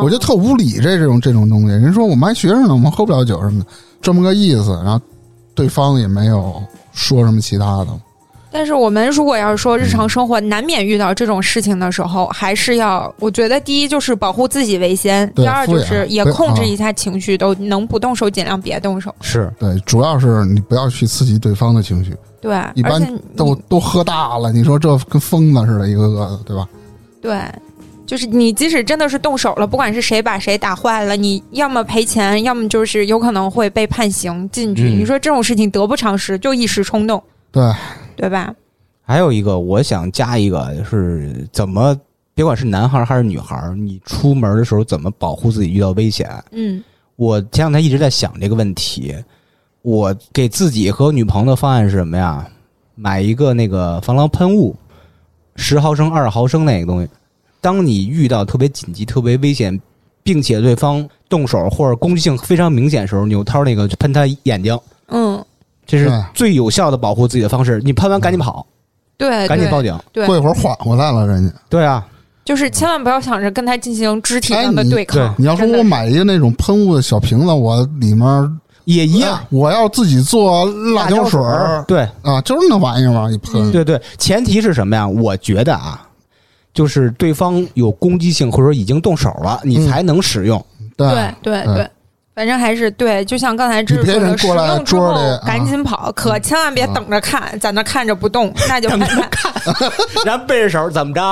A: 我觉得特无理这这种这种东西。人说我们还学生呢，我们喝不了酒什么的，这么个意思。然后对方也没有说什么其他的，
B: 但是我们如果要是说日
A: 嗯
B: 常生活难免遇到这种事情的时候，还是要，我觉得第一就是保护自己为先，
A: 对啊
B: 第二就是也
A: 敷衍
B: 控制一下情绪，都能不动手尽量别动手。
C: 是
A: 对，主要是你不要去刺激对方的情绪，
B: 对，
A: 一
B: 而
A: 般
B: 且你
A: 都都喝大了，你说这跟疯子似的，一个个的，对吧？
B: 对，就是你即使真的是动手了，不管是谁把谁打坏了，你要么赔钱，要么就是有可能会被判刑进去。
C: 嗯
B: 你说这种事情得不偿失，就一时冲动，
A: 对，
B: 对吧？
C: 还有一个，我想加一个是怎么，别管是男孩还是女孩，你出门的时候怎么保护自己遇到危险？
B: 嗯
C: 我前两天一直在想这个问题。我给自己和女朋友的方案是什么呀？买一个那个防狼喷雾，十毫升、二十毫升那个东西。当你遇到特别紧急、特别危险，并且对方动手或者攻击性非常明显的时候，扭头那个去喷他眼睛，
B: 嗯，
C: 这是
A: 对
C: 最有效的保护自己的方式。你喷完赶紧跑，
B: 对，
C: 赶紧
B: 哎对
C: 报警。
B: 对
A: 过一会儿缓回来了，人家。
C: 对啊，
B: 就是千万不要想着跟他进行肢体
A: 哎
B: 上的
A: 你
B: 对抗。
A: 你要说
B: 真的
A: 我
B: 是
A: 买一个那种喷雾的小瓶子，我里面
C: 也一
A: 一
C: 样。
A: 我要自己做嗯辣椒水儿嗯
C: 对
A: 啊，就是那玩意儿往一喷。
C: 对对，前提是什么呀？我觉得啊，就是对方有攻击性，或者说已经动手了，你
A: 嗯
C: 才能使用。
A: 对
B: 对
A: 嗯
B: 对对，反正还是对，就像刚才这
A: 你别
B: 说
A: 人
B: 的，使
A: 过来
B: 用之
A: 桌
B: 后
A: 里
B: 赶紧跑，
A: 嗯
B: 可千万别等着看，在那看着不动，那就看看。
C: 然后背着手怎么着？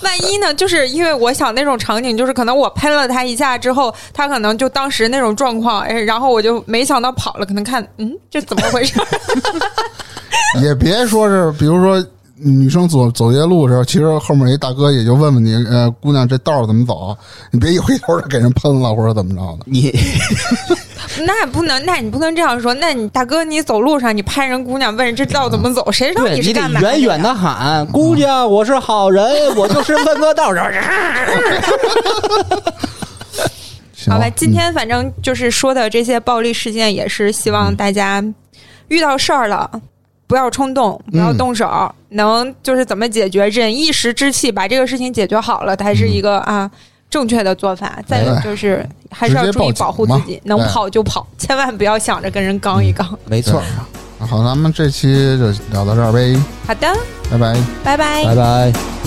B: 万一呢？就是因为我想那种场景，就是可能我喷了他一下之后，他可能就当时那种状况，哎，然后我就没想到跑了，可能看，嗯，这怎么回事？
A: 也别说是，比如说女生走走夜路的时候，其实后面一大哥也就问问你，呃，姑娘这道儿怎么走？啊你别一回头就给人喷了或者怎么着的。
C: 你
B: 那不能，那你不能这样说。那你大哥，你走路上你拍人姑娘，问人这道怎么走，谁知道
C: 对
B: 是
C: 得
B: 干嘛？
C: 远远
B: 的。
C: 的喊：“姑娘，我是好人，我就是问个道人。
A: 行
B: 好吧，
A: 嗯
B: 今天反正就是说的这些暴力事件，也是希
A: 嗯
B: 望大家遇到事儿了。不要冲动，不要动手，
A: 嗯
B: 能就是怎么解决，忍一时之气把这个事情解决好了，才是
A: 嗯
B: 一个、啊正确的做法。再有就是还是要
A: 直接
B: 注
A: 报
B: 意
A: 警嗯
B: 保护自
A: 嘛
B: 己，能
A: 对
B: 跑就跑，千万不要想着跟人刚
A: 嗯
B: 一刚。”
C: 没错，
A: 好，咱们这期就聊到这儿呗，
B: 好的，
A: 拜拜。
C: 哎
B: 拜拜
C: 拜拜。